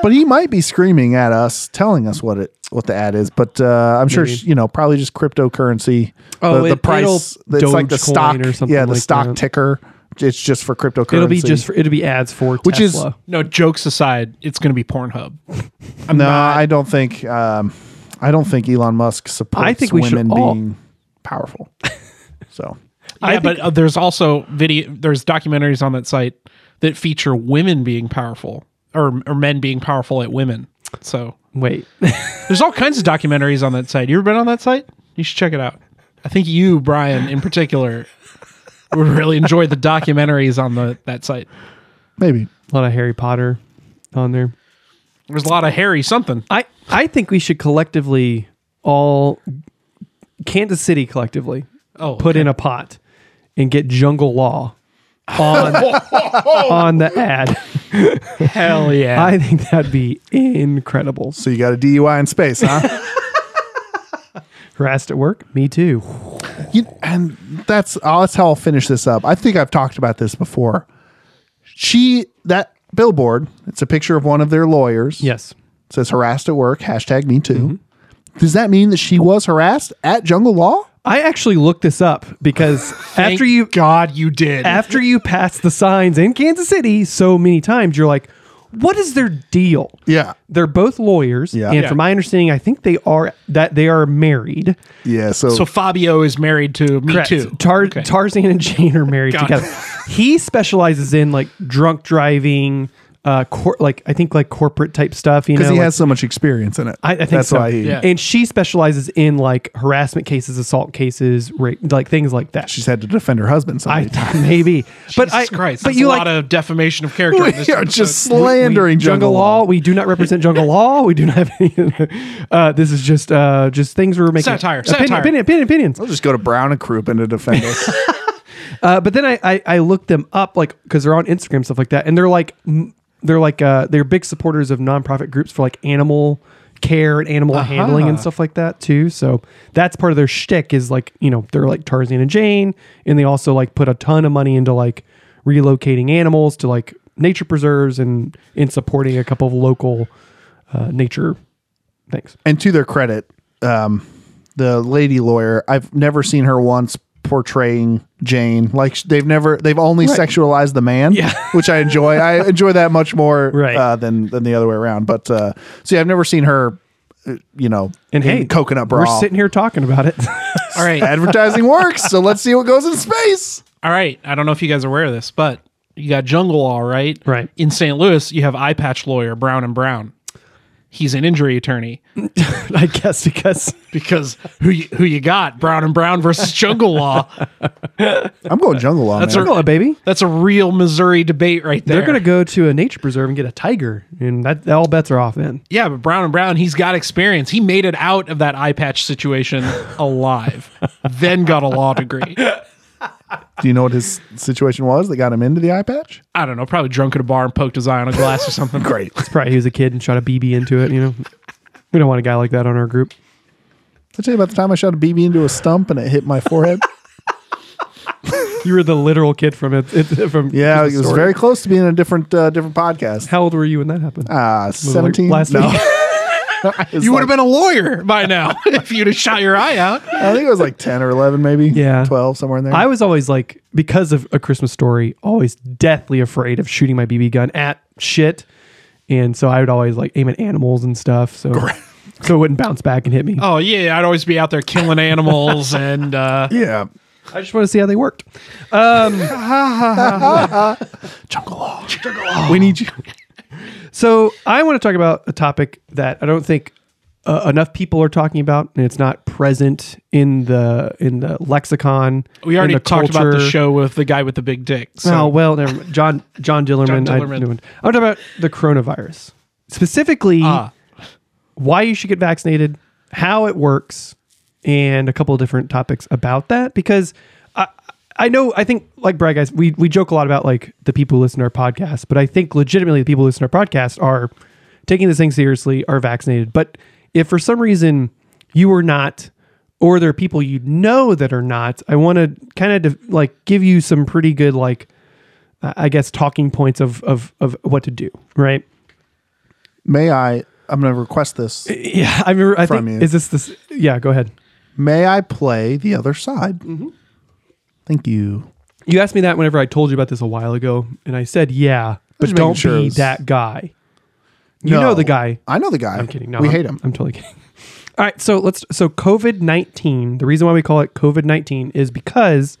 [SPEAKER 2] But he might be screaming at us, telling us what it what the ad is. But uh, I'm sure
[SPEAKER 3] Maybe.
[SPEAKER 2] you know, probably just cryptocurrency.
[SPEAKER 3] Oh,
[SPEAKER 2] the, the
[SPEAKER 3] it- it'll
[SPEAKER 2] price. It's like the
[SPEAKER 3] Dogecoin
[SPEAKER 2] stock
[SPEAKER 3] or something
[SPEAKER 2] Yeah, the
[SPEAKER 3] like
[SPEAKER 2] stock
[SPEAKER 3] that.
[SPEAKER 2] ticker. It's just for cryptocurrency.
[SPEAKER 3] It'll be just for, it'll be ads for
[SPEAKER 2] Which is-
[SPEAKER 3] Tesla.
[SPEAKER 1] "No." Jokes aside, it's gonna be Pornhub.
[SPEAKER 2] no, I don't think. Um, I don't think Elon Musk supports
[SPEAKER 3] I think we should
[SPEAKER 2] women
[SPEAKER 3] [laughs] all-
[SPEAKER 2] being powerful. so
[SPEAKER 1] Yeah, but uh, there's also video. There's documentaries on that site that feature women being powerful or or men being powerful at women. So
[SPEAKER 3] Wait. [laughs]
[SPEAKER 1] there's all kinds of documentaries on that site. You ever been on that site? You should check it out. I think you, Brian, in particular, [laughs] would really enjoy the documentaries on the that site.
[SPEAKER 2] Maybe.
[SPEAKER 3] a lot of Harry Potter on there.
[SPEAKER 1] There's a lot of hairy something.
[SPEAKER 3] I, I think we should collectively all Kansas City collectively
[SPEAKER 1] Oh,
[SPEAKER 3] put in a pot and get jungle law
[SPEAKER 2] [laughs]
[SPEAKER 3] on on the ad.
[SPEAKER 1] hell yeah!
[SPEAKER 3] I think that'd be incredible.
[SPEAKER 2] So you got a DUI in space,
[SPEAKER 3] [laughs]
[SPEAKER 2] huh?
[SPEAKER 3] Harassed at work? Me too.
[SPEAKER 2] you, and that's uh, that's how I'll finish this up. I think I've talked about this before. She that billboard. It's a picture of one of their lawyers.
[SPEAKER 3] Yes.
[SPEAKER 2] It says harassed at work. Hashtag me too.
[SPEAKER 3] Mm-hmm.
[SPEAKER 2] Does that mean that she was harassed at Jungle Law?
[SPEAKER 3] I actually looked this up because
[SPEAKER 1] Thank
[SPEAKER 3] after you
[SPEAKER 1] God, you did.
[SPEAKER 3] after you pass the signs in Kansas City so many times, you're like, what is their deal?
[SPEAKER 2] Yeah.
[SPEAKER 3] They're both lawyers,
[SPEAKER 2] Yeah.
[SPEAKER 3] and
[SPEAKER 1] Yeah.
[SPEAKER 3] from my understanding, I think they are that they are married.
[SPEAKER 2] Yeah. So,
[SPEAKER 1] so Fabio is married to me too.
[SPEAKER 3] Tar- Tarzan and Jane are
[SPEAKER 1] [laughs]
[SPEAKER 3] married
[SPEAKER 1] Got
[SPEAKER 3] together. he specializes in like drunk driving, uh, cor- like I think like corporate type stuff. You know,
[SPEAKER 2] because he
[SPEAKER 3] like-
[SPEAKER 2] has so much experience in it,
[SPEAKER 3] I, I think
[SPEAKER 2] that's
[SPEAKER 3] so.
[SPEAKER 2] why he.
[SPEAKER 1] Yeah.
[SPEAKER 3] And she specializes in like harassment cases, assault cases, rape, like things like that.
[SPEAKER 2] She's had to defend her husband so many times.
[SPEAKER 3] I
[SPEAKER 1] [laughs]
[SPEAKER 3] [laughs] maybe, but I
[SPEAKER 1] Jesus Christ,
[SPEAKER 3] but
[SPEAKER 1] that's
[SPEAKER 3] you
[SPEAKER 1] a
[SPEAKER 3] like
[SPEAKER 1] lot of defamation of
[SPEAKER 3] [laughs]
[SPEAKER 1] character. in this
[SPEAKER 2] We are
[SPEAKER 1] episode.
[SPEAKER 2] just slandering
[SPEAKER 3] jungle law. We do not represent jungle law. We do not have any. Uh, this is just uh, just things we're making
[SPEAKER 1] Satire,
[SPEAKER 3] Opinion,
[SPEAKER 1] satire.
[SPEAKER 3] opinion, opinion, opinions.
[SPEAKER 2] I'll just go to Brown and Crouppen to defend us.
[SPEAKER 3] [laughs] Uh, but then I, I I looked them up like because they're on Instagram stuff like that, and they're like mm, they're like uh, they're big supporters of nonprofit groups for like animal care and animal handling and stuff like that too. So that's part of their shtick is like you know they're like Tarzan and Jane, and they also like put a ton of money into like relocating animals to like nature preserves and in supporting a couple of local uh, nature things.
[SPEAKER 2] and to their credit, um, the lady lawyer, I've never seen her once portraying Jane. Like sh- they've never, they've only sexualized the man,
[SPEAKER 3] Yeah.
[SPEAKER 2] [laughs] which I enjoy.
[SPEAKER 3] [laughs]
[SPEAKER 2] I enjoy that much more
[SPEAKER 3] Right.
[SPEAKER 2] uh, than than the other way around. But uh, see, I've never seen her, uh, you know,
[SPEAKER 3] And hey,
[SPEAKER 2] coconut bra.
[SPEAKER 3] We're sitting here talking about it. [laughs]
[SPEAKER 1] all right.
[SPEAKER 2] [laughs] Advertising works, so let's see what goes in space.
[SPEAKER 1] All right. I don't know if you guys are aware of this, but you got Jungle Law, right?
[SPEAKER 3] Right.
[SPEAKER 1] In St. Louis, you have Eye Patch Lawyer Brown and Brown. He's an injury attorney
[SPEAKER 3] I guess because
[SPEAKER 1] because who you, who you got Brown and Brown versus Jungle Law?
[SPEAKER 2] I'm going jungle law.
[SPEAKER 1] That's
[SPEAKER 2] man.
[SPEAKER 1] a,
[SPEAKER 3] baby.
[SPEAKER 1] that's a real Missouri debate right there.
[SPEAKER 3] They're going to go to a nature preserve and get a tiger, and that, that all bets are off then.
[SPEAKER 1] yeah, but Brown and Brown, he's got experience. He made it out of that eye patch situation alive, then got a law degree.
[SPEAKER 2] Do you know what his situation was that got him into the eye patch?
[SPEAKER 1] I don't know, probably drunk at a bar and poked his eye on a glass or something.
[SPEAKER 2] Great.
[SPEAKER 3] It's probably he was a kid and shot a BB into it. You know, we don't want a guy like that on our group.
[SPEAKER 2] I tell you about the time I shot a BB into a stump and it hit my forehead.
[SPEAKER 3] You were the literal kid from it. [laughs] it from
[SPEAKER 2] Yeah, it
[SPEAKER 3] the
[SPEAKER 2] was
[SPEAKER 3] story.
[SPEAKER 2] very close to being a different uh, different podcast.
[SPEAKER 3] How old were you when that happened?
[SPEAKER 2] Uh, seventeen.
[SPEAKER 3] last
[SPEAKER 2] no, [laughs]
[SPEAKER 3] week?
[SPEAKER 1] You would have been a lawyer by now if you'd have shot your eye out.
[SPEAKER 2] I think it was like ten or eleven, maybe.
[SPEAKER 3] Yeah.
[SPEAKER 2] twelve somewhere in there.
[SPEAKER 3] [laughs] I was always like, because of a Christmas story, always deathly afraid of shooting my BB gun at shit, and so I would always like aim at animals and stuff, so so it wouldn't bounce back and hit me.
[SPEAKER 2] [laughs]
[SPEAKER 1] Oh yeah, I'd always be out there killing animals and uh,
[SPEAKER 2] yeah,
[SPEAKER 3] I just want to see how they worked.
[SPEAKER 2] jungle law. We need you.
[SPEAKER 3] So I want to talk about a topic that I don't think uh, enough people are talking about, and it's not present in the in the lexicon.
[SPEAKER 1] we already
[SPEAKER 3] in the
[SPEAKER 1] talked about the
[SPEAKER 3] culture.
[SPEAKER 1] show with the guy with the big dick. So
[SPEAKER 3] Oh well, never mind. John John Dillerman.
[SPEAKER 1] John
[SPEAKER 3] I,
[SPEAKER 1] Dillerman.
[SPEAKER 3] knew it. I want to talk about the coronavirus specifically,
[SPEAKER 1] Ah.
[SPEAKER 3] why you should get vaccinated, how it works, and a couple of different topics about that because. I I know. I think, like Brad, guys, we, we joke a lot about like the people who listen to our podcast, but I think legitimately the people who listen to our podcast are taking this thing seriously, are vaccinated. But if for some reason you are not, or there are people you know that are not, I want to kind of def- like give you some pretty good like I I guess talking points of of of what to do, right?
[SPEAKER 2] May I? I'm going to request this.
[SPEAKER 3] Yeah, I remember. I
[SPEAKER 2] From
[SPEAKER 3] think
[SPEAKER 2] you.
[SPEAKER 3] is this this? Yeah, go ahead.
[SPEAKER 2] May I play the other side? Thank you.
[SPEAKER 3] You asked me that whenever I told you about this a while ago, and I said yeah, but
[SPEAKER 2] Just making
[SPEAKER 3] don't
[SPEAKER 2] sure it
[SPEAKER 3] be
[SPEAKER 2] was-
[SPEAKER 3] that guy. You know the guy.
[SPEAKER 2] I know the guy.
[SPEAKER 3] I'm kidding. No,
[SPEAKER 2] we
[SPEAKER 3] I'm-
[SPEAKER 2] hate him.
[SPEAKER 3] I'm totally kidding. [laughs] All right, so let's so COVID nineteen. The reason why we call it COVID nineteen is because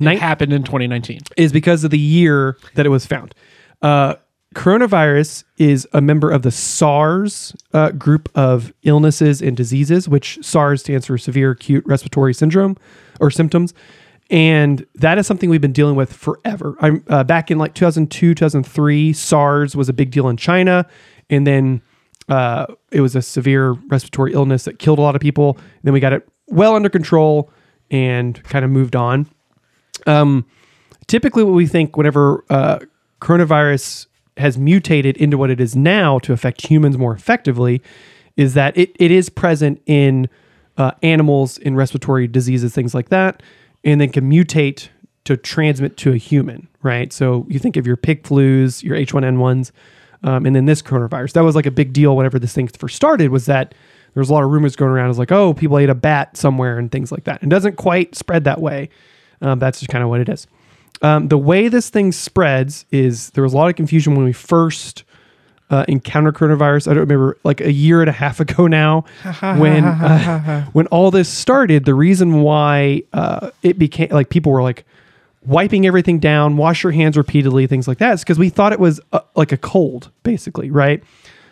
[SPEAKER 3] Nin-
[SPEAKER 1] happened in 2019.
[SPEAKER 3] is because of the year that it was found. Uh, coronavirus is a member of the SARS uh, group of illnesses and diseases, which SARS stands for severe acute respiratory syndrome or symptoms. And that is something we've been dealing with forever. I'm uh, back in like 2002, 2003. SARS was a big deal in China, and then uh, it was a severe respiratory illness that killed a lot of people. Then we got it well under control and kind of moved on typically what we think whenever uh, coronavirus has mutated into what it is now to affect humans more effectively is that it, it is present in uh, animals in respiratory diseases things like that and then can mutate to transmit to a human right so you think of your pig flus your h1n1s um, and then this coronavirus that was like a big deal whenever this thing first started was that there was a lot of rumors going around it was like oh people ate a bat somewhere and things like that it doesn't quite spread that way um, that's just kind of what it is um, the way this thing spreads is there was a lot of confusion when we first uh, encountered coronavirus. I don't remember, like a year and a half [laughs] ago now, when uh, when all this started. The reason why uh, it became like people were like wiping everything down, wash your hands repeatedly, things like that, is because we thought it was uh like a cold, basically, right?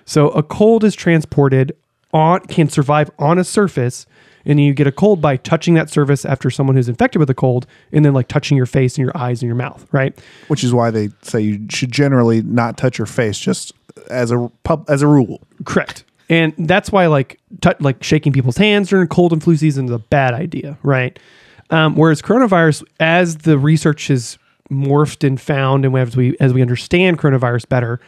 [SPEAKER 3] So a cold is transported on can survive on a surface, and you get a cold by touching that surface after someone who's infected with a cold, and then like touching your face and your eyes and your mouth, right?
[SPEAKER 2] which is why they say you should generally not touch your face just as a pub as a rule.
[SPEAKER 3] Correct. And that's why like tou like shaking people's hands during cold and flu season is a bad idea, right? Um, whereas coronavirus, as the research has morphed and found, and as we as we understand coronavirus better,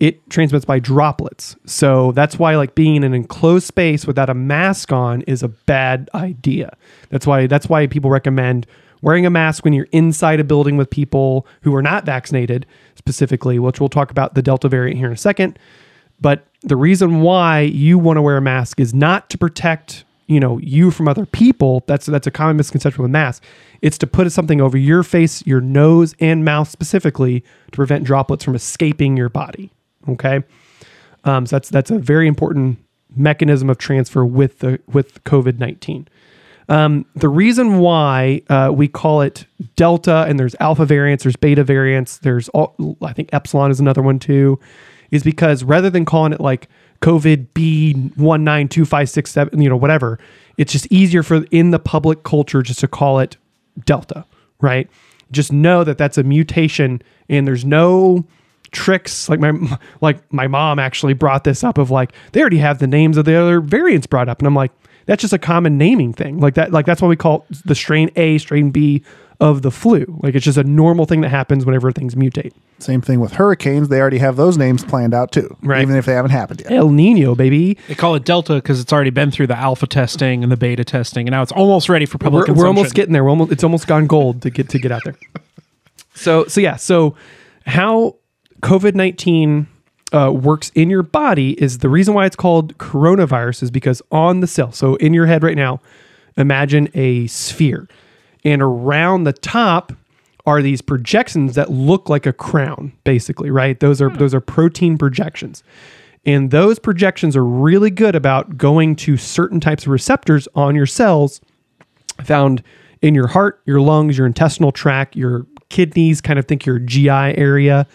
[SPEAKER 3] it transmits by droplets. So that's why like being in an enclosed space without a mask on is a bad idea. That's why that's why people recommend wearing a mask when you're inside a building with people who are not vaccinated specifically, which we'll talk about the Delta variant here in a second. But the reason why you want to wear a mask is not to protect, you know, you from other people. That's that's a common misconception with masks. It's to put something over your face, your nose, and mouth specifically to prevent droplets from escaping your body. Okay, um, so that's that's a very important mechanism of transfer with the with COVID nineteen. Um, the reason why uh, we call it delta and there's alpha variants, there's beta variants, there's all, I think epsilon is another one too, is because rather than calling it like COVID B one nine two five six seven, you know, whatever, it's just easier for in the public culture just to call it delta, right? Just know that that's a mutation and there's no tricks like my [laughs] like my mom actually brought this up of like they already have the names of the other variants brought up and I'm like that's just a common naming thing like that like that's why we call the strain A strain B of the flu like it's just a normal thing that happens whenever things mutate
[SPEAKER 2] Same thing with hurricanes; they already have those names planned out too,
[SPEAKER 3] Right.
[SPEAKER 2] even if they haven't happened yet.
[SPEAKER 3] El Nino baby
[SPEAKER 1] They call it Delta because it's already been through the alpha testing and the beta testing, and now it's almost ready for public
[SPEAKER 3] we're,
[SPEAKER 1] consumption.
[SPEAKER 3] we're almost getting there. We're almost it's almost gone gold to get to get out
[SPEAKER 1] [laughs]
[SPEAKER 3] there. So so yeah. So how COVID nineteen uh, works in your body is the reason why it's called coronavirus is because on the cell. So in your head right now, imagine a sphere, and around the top are these projections that look like a crown, basically, right? Those
[SPEAKER 1] Hmm.
[SPEAKER 3] are those are protein projections. And those projections are really good about going to certain types of receptors on your cells found in your heart, your lungs, your intestinal tract, your kidneys, kind of think your GI area,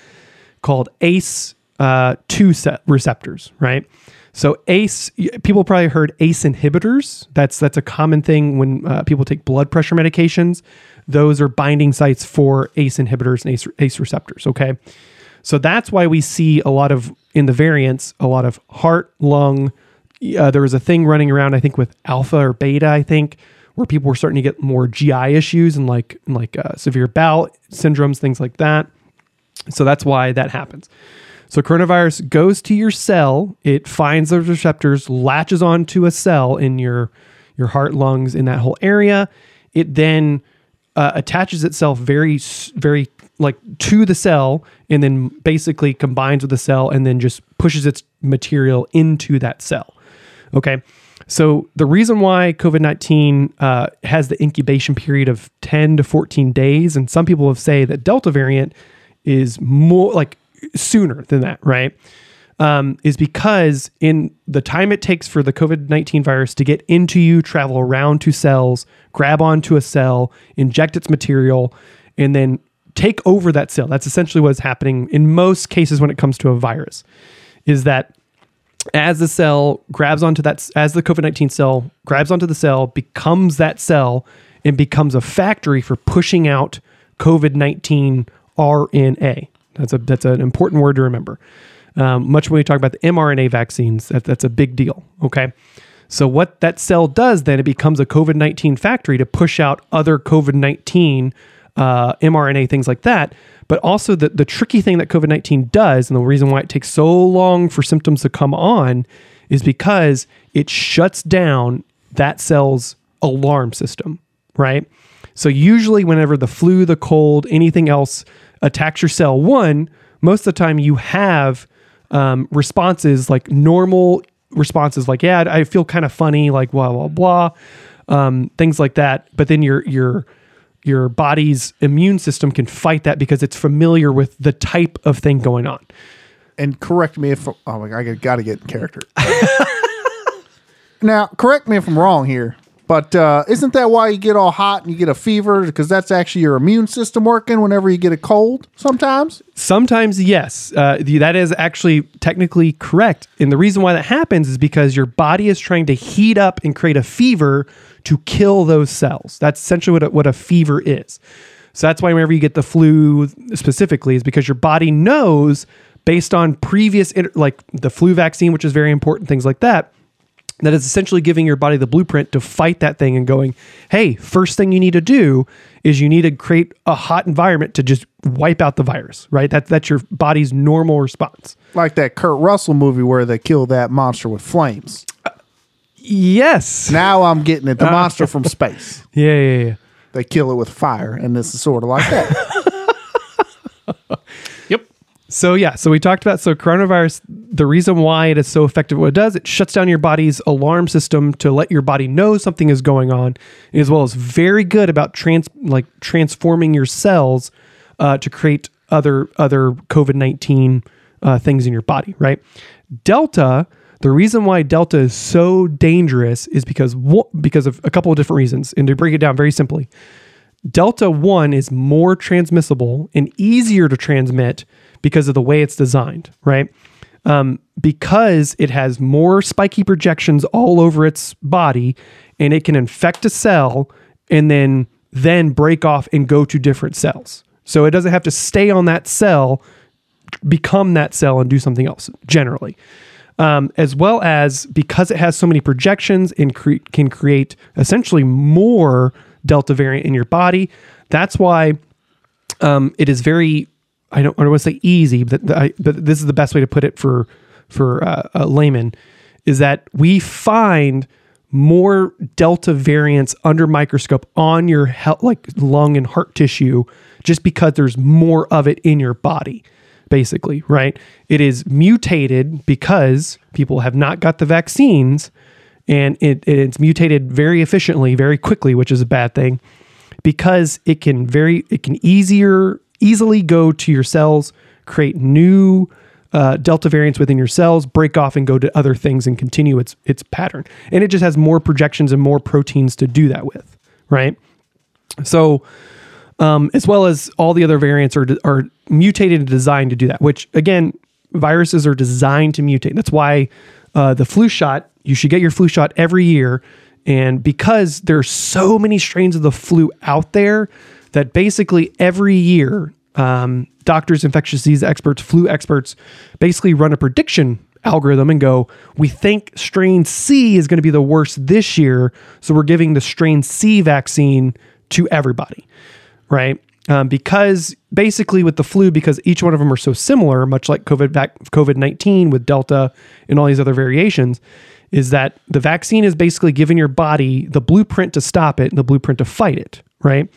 [SPEAKER 3] called ACE uh, two set receptors, right? So ACE, y- people probably heard ACE inhibitors. That's that's a common thing when uh, people take blood pressure medications. Those are binding sites for ACE inhibitors and E, ACE, ACE receptors. Okay, so that's why we see a lot of in the variants, a lot of heart, lung. Uh, there was a thing running around, I think, with alpha or beta, I think, where people were starting to get more GI issues and like and like uh, severe bowel syndromes, things like that. So that's why that happens. So coronavirus goes to your cell, it finds those receptors, latches onto a cell in your your heart, lungs, in that whole area. It then uh, attaches itself very s- very like to the cell and then basically combines with the cell and then just pushes its material into that cell. Okay. So the reason why COVID nineteen uh, has the incubation period of ten to fourteen days, and some people have say that Delta variant is more like sooner than that, right? um, is because in the time it takes for the COVID 19 virus to get into you, travel around to cells, grab onto a cell, inject its material, and then take over that cell. That's essentially what is happening in most cases when it comes to a virus, is that as the cell grabs onto that, as the COVID 19 cell grabs onto the cell, becomes that cell, and becomes a factory for pushing out COVID 19 RNA. That's, a, that's an important word to remember. Um, much when we talk about the mRNA vaccines, that, that's a big deal. Okay. So, what that cell does then, it becomes a COVID 19 factory to push out other COVID 19 uh, mRNA, things like that. But also, the, the tricky thing that COVID 19 does, and the reason why it takes so long for symptoms to come on, is because it shuts down that cell's alarm system, right? So, usually, whenever the flu, the cold, anything else attacks your cell, one, most of the time you have um, responses like normal responses like yeah i feel kind of funny like blah blah blah um, things like that but then your your your body's immune system can fight that because it's familiar with the type of thing going on
[SPEAKER 2] and correct me if oh my god, I got to get in character. now, correct me if I'm wrong here, but uh, isn't that why you get all hot and you get a fever? Because that's actually your immune system working whenever you get a cold. Sometimes
[SPEAKER 3] Sometimes, yes, uh, the, that is actually technically correct. And the reason why that happens is because your body is trying to heat up and create a fever to kill those cells. That's essentially what a, what a fever is. So that's why whenever you get the flu specifically, is because your body knows based on previous, inter- like the flu vaccine, which is very important, things like that, that is essentially giving your body the blueprint to fight that thing and going, hey, first thing you need to do is you need to create a hot environment to just wipe out the virus, right? That, that's your body's normal response.
[SPEAKER 2] like that Kurt Russell movie where they kill that monster with flames.
[SPEAKER 3] Yes.
[SPEAKER 2] Now I'm getting it. The monster from space.
[SPEAKER 3] yeah, yeah, yeah.
[SPEAKER 2] They kill it with fire, and this is sort of like that.
[SPEAKER 1] Yep.
[SPEAKER 3] So yeah, so we talked about so coronavirus. The reason why it is so effective, what it does, it shuts down your body's alarm system to let your body know something is going on, as well as very good about trans like transforming your cells uh, to create other other COVID nineteen uh, things in your body. Right, Delta. The reason why Delta is so dangerous is because wo- because of a couple of different reasons. And to break it down very simply, Delta 1 is more transmissible and easier to transmit because of the way it's designed, right? Um, because it has more spiky projections all over its body and it can infect a cell and then then break off and go to different cells. So it doesn't have to stay on that cell, become that cell and do something else generally um, as well as because it has so many projections and cre- can create essentially more delta variant in your body. That's why um, it is very I don't, I don't want to say easy, but, th- I, but this is the best way to put it for for uh, a layman is that we find more delta variants under microscope on your hel- like lung and heart tissue just because there's more of it in your body basically right it is mutated because people have not got the vaccines and it, it's mutated very efficiently very quickly which is a bad thing because it can very it can easier easily go to your cells create new uh, delta variants within your cells break off and go to other things and continue its its pattern and it just has more projections and more proteins to do that with right so um, as well as all the other variants are are mutated and designed to do that. Which again, viruses are designed to mutate. That's why uh, the flu shot you should get your flu shot every year, and because there's so many strains of the flu out there that basically every year um, doctors, infectious disease experts, flu experts basically run a prediction algorithm and go, we think strain C is going to be the worst this year, so we're giving the strain C vaccine to everybody right? Um, because basically with the flu, because each one of them are so similar, much like COVID vac- COVID nineteen with Delta and all these other variations, is that the vaccine is basically giving your body the blueprint to stop it and the blueprint to fight it, right?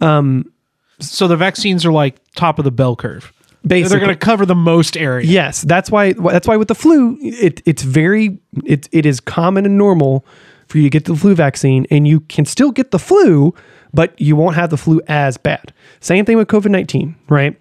[SPEAKER 1] So the vaccines are like top of the bell curve.
[SPEAKER 3] Basically.
[SPEAKER 1] They're going to cover the most area.
[SPEAKER 3] Yes, that's why. That's why with the flu, it it's very it it is common and normal for you to get the flu vaccine, and you can still get the flu, but you won't have the flu as bad. Same thing with COVID nineteen, right?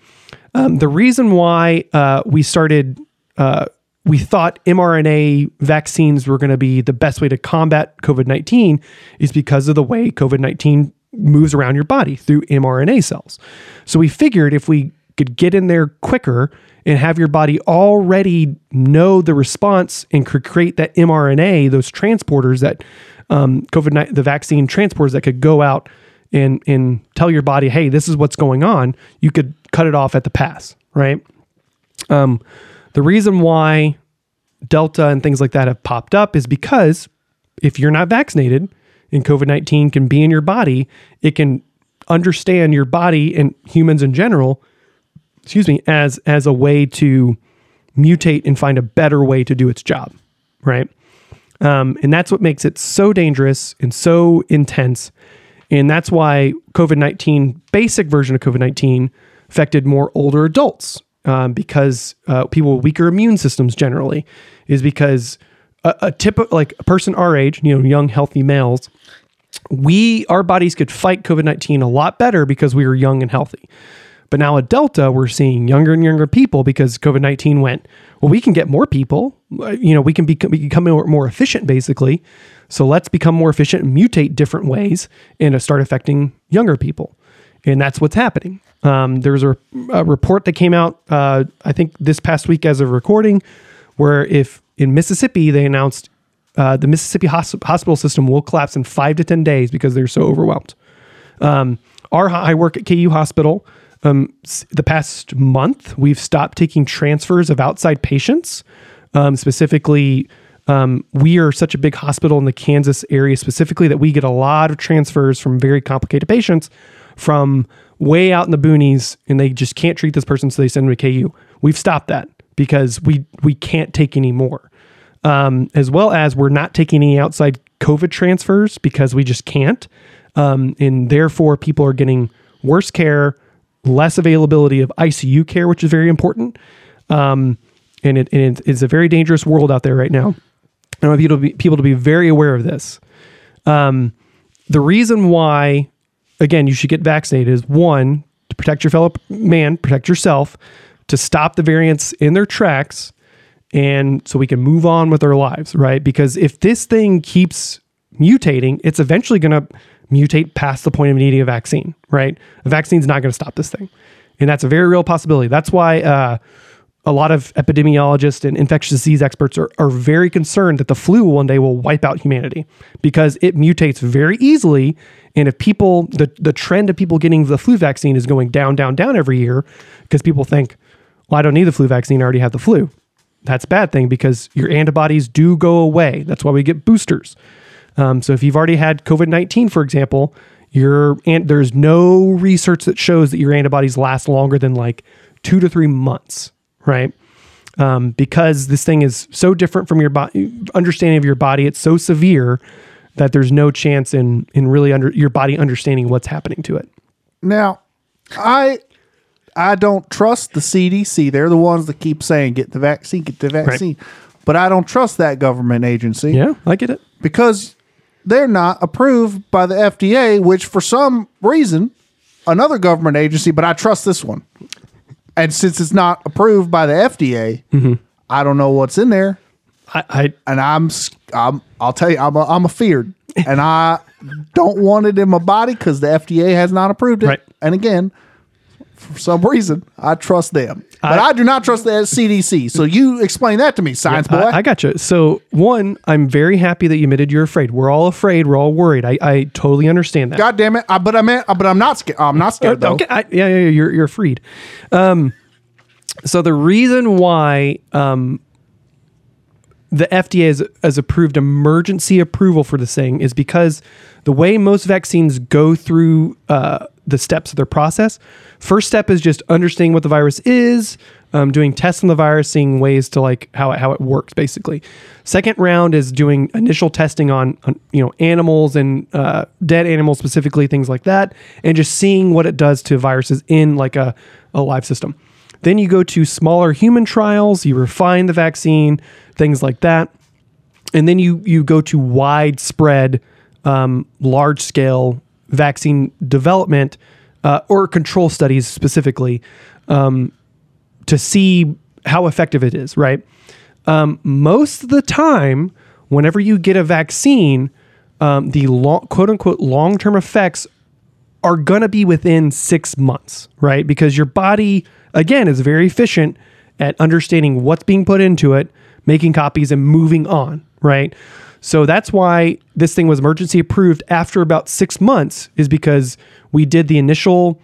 [SPEAKER 3] Um, the reason why uh, we started uh, we thought mRNA vaccines were going to be the best way to combat COVID 19 is because of the way COVID 19 moves around your body through mRNA cells. So we figured if we could get in there quicker and have your body already know the response and could create that mRNA, those transporters that um, COVID 19, the vaccine transporters that could go out and, and tell your body, hey, this is what's going on, you could cut it off at the pass, right? Um, the reason why Delta and things like that have popped up is because if you're not vaccinated and COVID 19 can be in your body, it can understand your body and humans in general, excuse me, as, as a way to mutate and find a better way to do its job, right? Um, and that's what makes it so dangerous and so intense. And that's why COVID 19, basic version of COVID 19, affected more older adults um, because uh, people with weaker immune systems generally, is because a, a tip like a person our age, you know, young, healthy males, we, our bodies could fight COVID 19 a lot better because we were young and healthy. But now at Delta, we're seeing younger and younger people because COVID 19 went, well, we can get more people. Uh, You know, we can, be, we can become more, more efficient, basically. So let's become more efficient and mutate different ways and uh, start affecting younger people. And that's what's happening. Um, there was a, a report that came out, uh, I think this past week as of recording, where if in Mississippi, they announced uh, the Mississippi hos- hospital system will collapse in five to 10 days because they're so overwhelmed Um, our I work at KU Hospital. Um, s- the past month, we've stopped taking transfers of outside patients. Um, specifically, um, we are such a big hospital in the Kansas area, specifically that we get a lot of transfers from very complicated patients from way out in the boonies, and they just can't treat this person, so they send them to KU. We've stopped that because we we can't take any more um, as well as we're not taking any outside COVID transfers because we just can't. Um, and therefore, people are getting worse care, less availability of ICU care, which is very important. Um, and it, and it is a very dangerous world out there right now. I want people to be, people to be very aware of this. Um, the reason why, again, you should get vaccinated is one, to protect your fellow p- man, protect yourself, to stop the variants in their tracks, and so we can move on with our lives, right? Because if this thing keeps mutating, it's eventually going to mutate past the point of needing a vaccine, right? A vaccine's not going to stop this thing. And that's a very real possibility. That's why uh, a lot of epidemiologists and infectious disease experts are, are very concerned that the flu one day will wipe out humanity because it mutates very easily. And if people, the, the trend of people getting the flu vaccine is going down, down, down every year because people think, well, I don't need the flu vaccine. I already have the flu. That's a bad thing because your antibodies do go away. That's why we get boosters. Um, so if you've already had COVID 19, for example, your and there's no research that shows that your antibodies last longer than like two to three months, right? Um, because this thing is so different from your body understanding of your body. It's so severe that there's no chance in in really under your body understanding what's happening to it.
[SPEAKER 2] Now, I I don't trust the CDC. They're the ones that keep saying get the vaccine, get the vaccine. But I don't trust that government agency
[SPEAKER 3] Yeah, I get it.
[SPEAKER 2] because they're not approved by the FDA, which for some reason another government agency, but I trust this one. And since it's not approved by the FDA, I don't know what's in there,
[SPEAKER 3] I, I
[SPEAKER 2] and I'm s- I'm I'll tell you I'm a, I'm a feared, and I don't want it in my body because the FDA has not approved it.
[SPEAKER 3] Right.
[SPEAKER 2] And again, for some reason, I trust them, but I, do not trust the CDC. So you explain that to me, science boy.
[SPEAKER 3] I, I gotcha. So one, I'm very happy that you admitted you're afraid. We're all afraid. We're all worried. I, I totally understand that.
[SPEAKER 2] God damn it! I, but I meant, but I'm not scared. I'm not scared though.
[SPEAKER 3] Okay, I, yeah, yeah, yeah, you're you're freed. Um, so the reason why um, the FDA has, has approved emergency approval for this thing is because the way most vaccines go through uh, the steps of their process, first step is just understanding what the virus is, um, doing tests on the virus, seeing ways to like how it, how it works, basically. Second round is doing initial testing on, on you know animals and uh, dead animals specifically, things like that, and just seeing what it does to viruses in like a, a live system. Then you go to smaller human trials, you refine the vaccine, things like that. And then you you go to widespread, um, large scale vaccine development uh, or control studies specifically um, to see how effective it is, right? um, most of the time, whenever you get a vaccine, um, the long, quote unquote long term effects are going to be within six months, right? Because your body, again, is very efficient at understanding what's being put into it, making copies, and moving on, right? So that's why this thing was emergency approved after about six months, is because we did the initial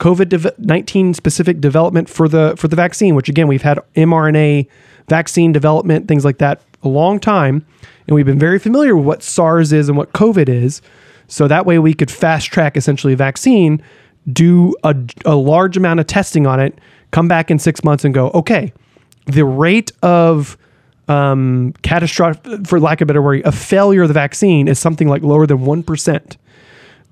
[SPEAKER 3] COVID nineteen specific development for the for the vaccine, which again we've had mRNA vaccine development things like that a long time, and we've been very familiar with what SARS is and what COVID is. So that way we could fast track essentially a vaccine, do a, a large amount of testing on it, come back in six months and go, okay, the rate of um, catastrophic, for lack of a better word, a failure of the vaccine is something like lower than one percent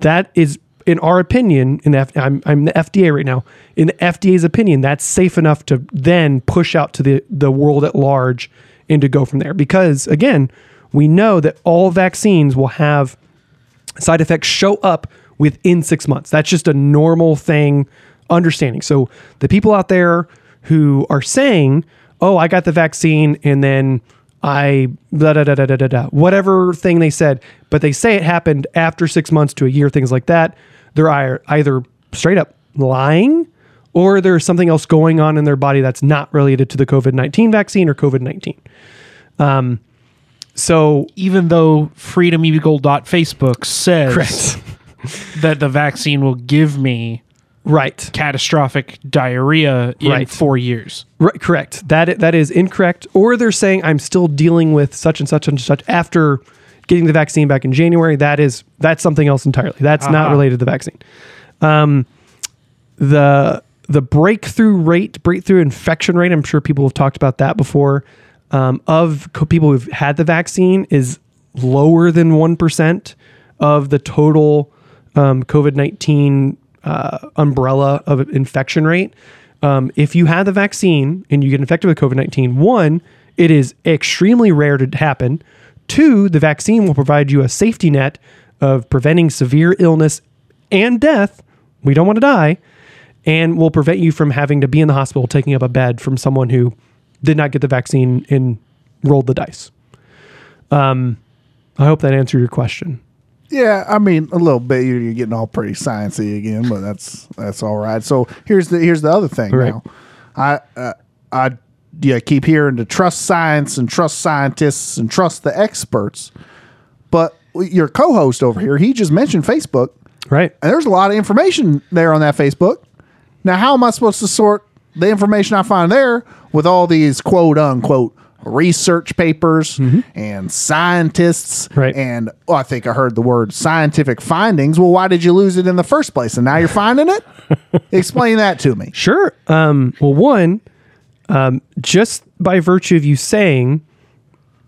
[SPEAKER 3] that is in our opinion in the F- I'm, I'm the fda right now in the fda's opinion that's safe enough to then push out to the, the world at large and to go from there because again we know that all vaccines will have side effects show up within six months that's just a normal thing understanding so the people out there who are saying oh i got the vaccine and then I da da da da da da da whatever thing they said, but they say it happened after six months to a year, things like that. They're ei- either straight up lying, or there's something else going on in their body that's not related to the COVID nineteen vaccine or COVID nineteen. Um, so
[SPEAKER 1] Even though freedomeagle.facebook says [laughs]
[SPEAKER 3] correct,
[SPEAKER 1] that the vaccine will give me
[SPEAKER 3] [laughs] right,
[SPEAKER 1] catastrophic diarrhea in
[SPEAKER 3] Right.
[SPEAKER 1] four years.
[SPEAKER 3] right, correct. That that is incorrect, or they're saying I'm still dealing with such and such and such after getting the vaccine back in January. That is that's something else entirely. That's not
[SPEAKER 1] Ah.
[SPEAKER 3] related to the vaccine. the the breakthrough rate, breakthrough infection rate. I'm sure people have talked about that before. Um, of co- people who've had the vaccine is lower than one percent of the total um, COVID nineteen uh, umbrella of infection rate. Um, if you had the vaccine and you get infected with COVID nineteen, one, it is extremely rare to happen. Two, the vaccine will provide you a safety net of preventing severe illness and death. We don't want to die and will prevent you from having to be in the hospital taking up a bed from someone who did not get the vaccine and rolled the dice. Um, I hope that answered your question.
[SPEAKER 2] Yeah, I mean a little bit. You're, you're getting all pretty sciencey again, but that's that's all right. So here's the here's the other thing.
[SPEAKER 3] Right.
[SPEAKER 2] Now, I uh, I yeah keep hearing to trust science and trust scientists and trust the experts, but your co-host over here he just mentioned Facebook,
[SPEAKER 3] Right.
[SPEAKER 2] and there's a lot of information there on that Facebook. Now, how am I supposed to sort the information I find there with all these quote unquote research papers and scientists?
[SPEAKER 3] Mm-hmm. Right.
[SPEAKER 2] And oh, I think I heard the word scientific findings. Well, why did you lose it in the first place? And now you're finding
[SPEAKER 3] [laughs]
[SPEAKER 2] it? Explain that to me.
[SPEAKER 3] Sure. Um, well, one, um, just by virtue of you saying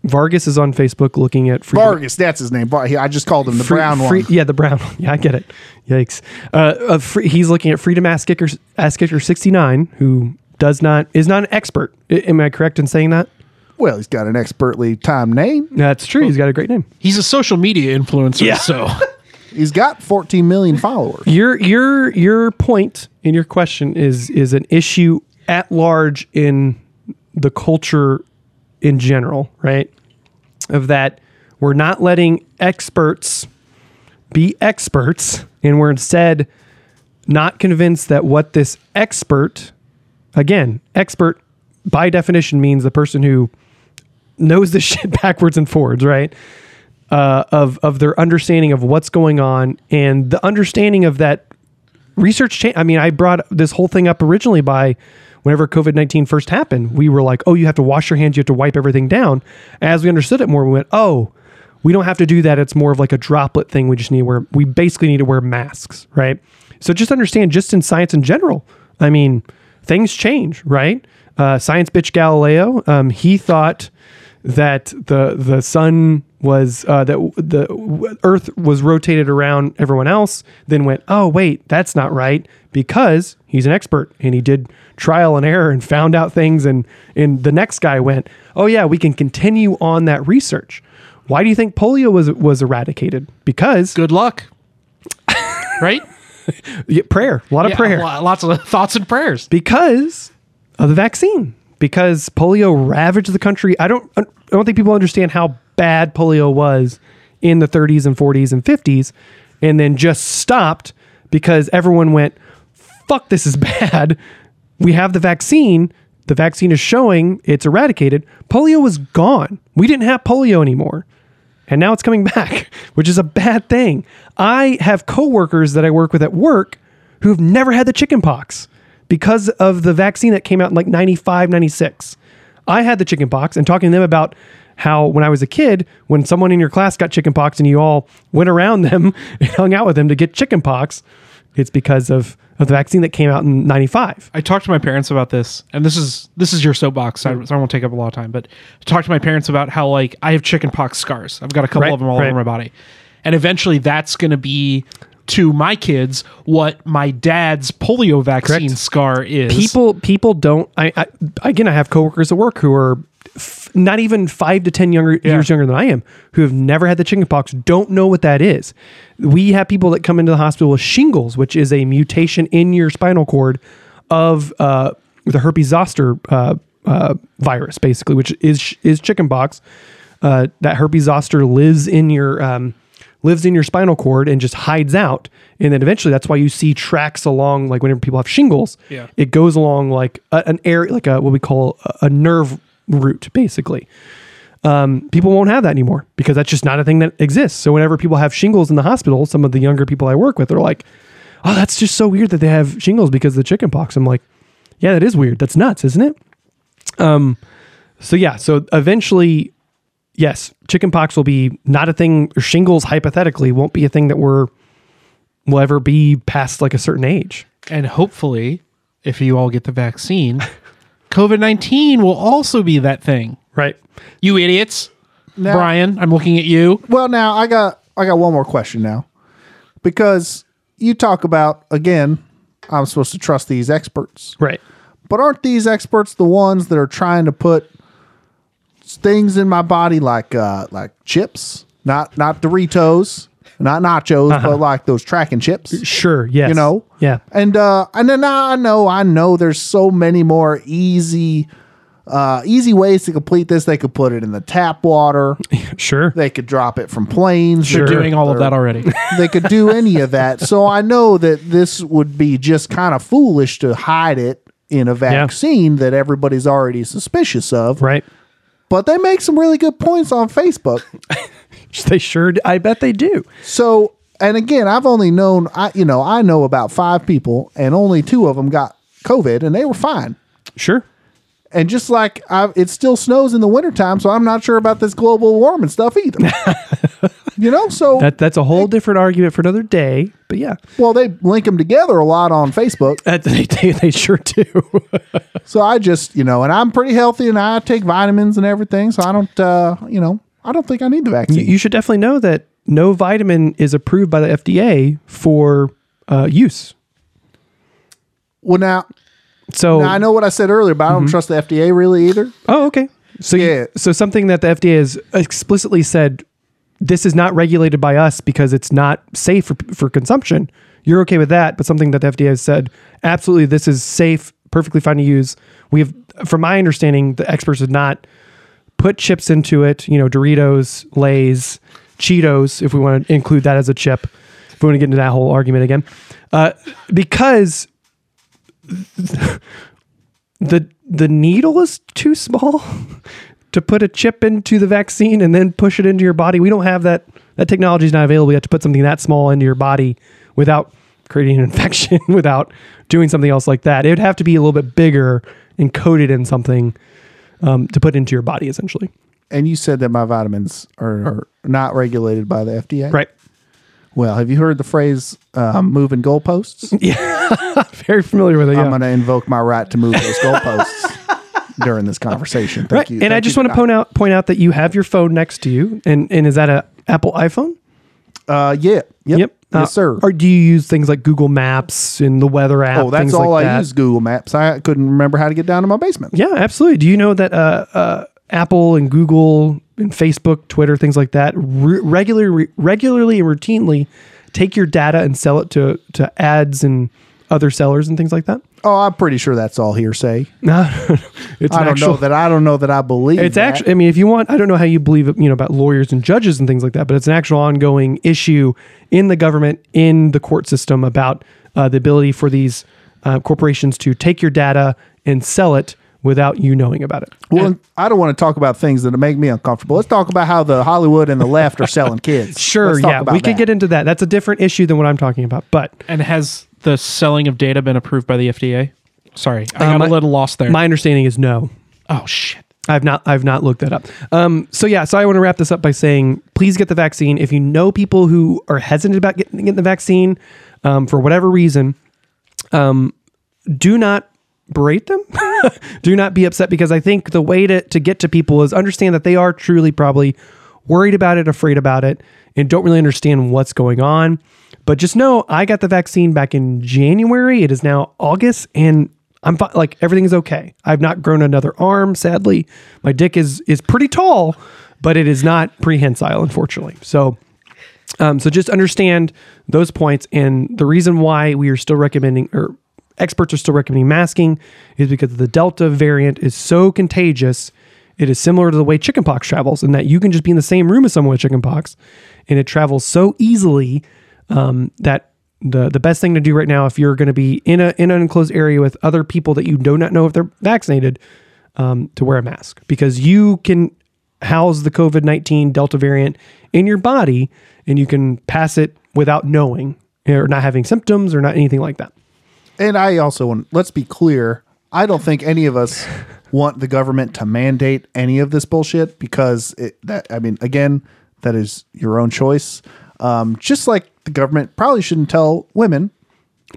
[SPEAKER 3] Vargas is on Facebook looking at free.
[SPEAKER 2] Vargas, that's his name. Var- he- I just called him the
[SPEAKER 3] Free-
[SPEAKER 2] brown
[SPEAKER 3] free-
[SPEAKER 2] one.
[SPEAKER 3] Yeah, the brown one. [laughs] Yeah, I get it. Yikes. Uh, of free, he's looking at Freedom Ass Kicker, Ass Kicker 69, who does not, is not an expert. I- am I correct in saying that?
[SPEAKER 2] Well, he's got an expertly timed name.
[SPEAKER 3] That's true. He's got a great name.
[SPEAKER 1] He's a social media influencer,
[SPEAKER 3] Yeah.
[SPEAKER 1] so
[SPEAKER 2] He's got 14 million followers.
[SPEAKER 3] Your your your point in your question is is an issue at large in the culture in general, right? Of that we're not letting experts be experts and we're instead not convinced that what this expert again, expert by definition means the person who knows this [laughs] shit backwards and forwards, right? uh, of of their understanding of what's going on and the understanding of that research change. I mean, I brought this whole thing up originally by whenever COVID nineteen first happened. We were like, oh, you have to wash your hands, you have to wipe everything down. As we understood it more, we went, oh, we don't have to do that. It's more of like a droplet thing. We just need to wear. We basically need to wear masks, right? So just understand, just in science in general. I mean, things change, right? Uh, science bitch Galileo, um, he thought that the the sun was uh, that w- the w- Earth was rotated around everyone else. Then went, oh wait, that's not right because he's an expert and he did trial and error and found out things. And and the next guy went, oh yeah, we can continue on that research. Why do you think polio was was eradicated? Because
[SPEAKER 1] good
[SPEAKER 3] [laughs]
[SPEAKER 1] luck. right?
[SPEAKER 3] yeah, prayer, a lot of
[SPEAKER 1] Yeah, [laughs]
[SPEAKER 3] prayer.
[SPEAKER 1] lo- Lots of thoughts and prayers.
[SPEAKER 3] because of the vaccine. because polio ravaged the country. I don't I don't think people understand how bad polio was in the 30s and 40s and 50s and then just stopped because everyone went fuck this is [laughs] bad. We have the vaccine. The vaccine is showing it's eradicated. Polio was gone. We didn't have polio anymore and now it's coming [laughs] back, which is a bad thing. I have coworkers that I work with at work who've never had the chicken pox because of the vaccine that came out in like 95, 96. I had the chicken pox and talking to them about how when I was a kid, when someone in your class got chicken pox and you all went around [laughs] them and hung out with them to get chicken pox, it's because of, of the vaccine that came out in 95.
[SPEAKER 1] I talked to my parents about this, and this is this is your soapbox.
[SPEAKER 3] Mm.
[SPEAKER 1] I, so I won't take up a lot of time, but I talked to my parents about how like I have chickenpox scars. I've got a couple
[SPEAKER 3] Right,
[SPEAKER 1] of them all
[SPEAKER 3] right.
[SPEAKER 1] over my body, and eventually that's going to be to my kids what my dad's polio vaccine
[SPEAKER 3] Correct.
[SPEAKER 1] scar is.
[SPEAKER 3] people people don't I, I again i have coworkers at work who are f- not even five to ten younger years younger than i am who have never had the chickenpox don't know what that is we have people that come into the hospital with shingles which is a mutation in your spinal cord of uh, the herpes zoster uh, uh, virus basically which is is chickenpox uh, that herpes zoster lives in your um, lives in your spinal cord and just hides out and then eventually that's why you see tracks along like whenever people have shingles
[SPEAKER 1] Yeah.
[SPEAKER 3] it goes along like a, an area like a what we call a, a nerve root basically um, people won't have that anymore because that's just not a thing that exists so whenever people have shingles in the hospital some of the younger people i work with are like oh that's just so weird that they have shingles because of the chicken pox i'm like yeah that is weird that's nuts isn't it Um, so yeah, so eventually, yes, chickenpox will be not a thing. Or shingles, hypothetically, won't be a thing that we're will ever be past like a certain age.
[SPEAKER 1] and hopefully, if you all get the vaccine, [laughs] COVID nineteen will also be that thing.
[SPEAKER 3] Right.
[SPEAKER 1] You idiots,
[SPEAKER 2] Now-
[SPEAKER 1] Brian. I'm looking at you.
[SPEAKER 2] Well, now I got I got one more question now, because you talk about again, I'm supposed to trust these experts,
[SPEAKER 3] Right.
[SPEAKER 2] but aren't these experts the ones that are trying to put things in my body like uh like chips, not not Doritos, not nachos, but like those tracking chips?
[SPEAKER 3] Sure. Uh-huh. Yes.
[SPEAKER 2] You know?
[SPEAKER 3] Yeah.
[SPEAKER 2] And uh and then I know I know there's so many more easy uh easy ways to complete this. They could put it in the tap
[SPEAKER 3] [laughs]
[SPEAKER 2] water.
[SPEAKER 3] Sure.
[SPEAKER 2] They could drop it from planes.
[SPEAKER 1] They're doing all of that
[SPEAKER 3] [laughs]
[SPEAKER 1] already.
[SPEAKER 2] they could do any of that. So I know that this would be just kind of foolish to hide it in a vaccine that everybody's already suspicious of.
[SPEAKER 3] Right.
[SPEAKER 2] But they make some really good points on Facebook.
[SPEAKER 3] [laughs] They sure. I bet they do.
[SPEAKER 2] So, and again, I've only known I you know, I know about 5 people and only 2 of them got COVID and they were fine.
[SPEAKER 3] Sure.
[SPEAKER 2] And just like I, it still snows in the wintertime, so I'm not sure about this global warming stuff either.
[SPEAKER 1] [laughs]
[SPEAKER 2] you know, so
[SPEAKER 3] That that's a whole different argument for another day. But yeah,
[SPEAKER 2] well they link them together a lot on Facebook.
[SPEAKER 3] that, [laughs] they, they they sure do.
[SPEAKER 2] So I just, you know, and I'm pretty healthy and I take vitamins and everything. So I don't, uh, you know, I don't think I need the
[SPEAKER 3] [laughs] you,
[SPEAKER 2] vaccine.
[SPEAKER 3] you should definitely know that no vitamin is approved by the FDA for uh, use.
[SPEAKER 2] well, now,
[SPEAKER 3] So
[SPEAKER 2] now I know what I said earlier, but I
[SPEAKER 3] Mm-hmm.
[SPEAKER 2] don't trust the FDA really either.
[SPEAKER 3] Oh, okay. So you-
[SPEAKER 2] Yeah.
[SPEAKER 3] so something that the FDA has explicitly said this is not regulated by us because it's not safe for, for consumption. You're okay with that, but something that the FDA has said absolutely this is safe, perfectly fine to use. We have, from my understanding, the experts did not put chips into it. You know, Doritos, Lay's, Cheetos, if we want to include that as a chip. If we want to get into that whole argument again, uh, because the the needle is too small [laughs] to put a chip into the vaccine and then push it into your body. We don't have that. That technology is not available. You have to put something that small into your body without creating an [laughs] infection, without doing something else like that. It would have to be a little bit bigger and coated in something um, to put into your body, essentially.
[SPEAKER 2] And you said that my vitamins are, are not regulated by the FDA.
[SPEAKER 3] Right.
[SPEAKER 2] Well, have you heard the phrase uh, moving goalposts?
[SPEAKER 3] Very familiar with it. Yeah.
[SPEAKER 2] I'm going to invoke my right to move those goalposts [laughs] during this conversation. Thank
[SPEAKER 3] right.
[SPEAKER 2] you.
[SPEAKER 3] and I
[SPEAKER 2] Thank
[SPEAKER 3] just
[SPEAKER 2] you.
[SPEAKER 3] want to point out point out that you have your phone next to you, and and is that a Apple iPhone?
[SPEAKER 2] Uh, yeah. Yep.
[SPEAKER 3] Uh,
[SPEAKER 2] yes, sir.
[SPEAKER 3] Or do you use things like Google Maps and the weather app?
[SPEAKER 2] oh, that's
[SPEAKER 3] things
[SPEAKER 2] all
[SPEAKER 3] like
[SPEAKER 2] I
[SPEAKER 3] that?
[SPEAKER 2] use Google Maps. I couldn't remember how to get down to my basement.
[SPEAKER 3] Yeah, absolutely. Do you know that uh, uh, Apple and Google and Facebook, Twitter, things like that, re- regularly, regularly and
[SPEAKER 2] [laughs]
[SPEAKER 3] routinely take your data and sell it to to ads and other sellers and things like that?
[SPEAKER 2] Oh, I'm pretty sure that's all hearsay.
[SPEAKER 3] No, it's
[SPEAKER 2] I
[SPEAKER 3] an
[SPEAKER 2] don't
[SPEAKER 3] actual-
[SPEAKER 2] know that I don't know that I believe.
[SPEAKER 3] It's
[SPEAKER 2] that.
[SPEAKER 3] actually. I mean, if you want, I don't know how you believe it, you know about lawyers and judges and things like that, but it's an actual ongoing issue in the government, in the court system about uh, the ability for these uh, corporations to take your data and sell it without you knowing about it.
[SPEAKER 2] Well, I don't want to talk about things that make me uncomfortable. Let's talk about how the Hollywood and the left are selling kids.
[SPEAKER 3] [laughs] Sure,
[SPEAKER 2] Let's talk
[SPEAKER 3] yeah,
[SPEAKER 2] about
[SPEAKER 3] we could
[SPEAKER 2] that.
[SPEAKER 3] get into that. That's a different issue than what I'm talking about. But
[SPEAKER 1] And has the selling of data been approved by the FDA? Sorry, I got
[SPEAKER 3] Uh, my-
[SPEAKER 1] a little lost there.
[SPEAKER 3] my understanding is no.
[SPEAKER 1] oh shit.
[SPEAKER 3] I've not I've not looked that up. Um, so yeah, so I want to wrap this up by saying please get the vaccine. If you know people who are hesitant about getting, getting the vaccine um, for whatever reason, um, do not berate them. [laughs] do not be upset because I think the way to, to get to people is understand that they are truly probably worried about it, afraid about it, and don't really understand what's going on. But just know I got the vaccine back in January. It is now August and I'm fi- like everything is okay. I've not grown another arm, sadly. My dick is is pretty tall, but it is not prehensile, unfortunately. So um, so just understand those points. And the reason why we are still recommending, or experts are still recommending masking, is because the Delta variant is so contagious. It is similar to the way chickenpox travels, in that you can just be in the same room as someone with chickenpox, and it travels so easily um, that the the best thing to do right now, if you're going to be in a in an enclosed area with other people that you do not know if they're vaccinated, um, to wear a mask because you can house the COVID 19 Delta variant in your body and you can pass it without knowing or not having symptoms or not anything like that.
[SPEAKER 2] And I also want. Let's be clear. I don't think any of us want the government to mandate any of this bullshit because it, that. I mean, again, that is your own choice. Um, just like the government probably shouldn't tell women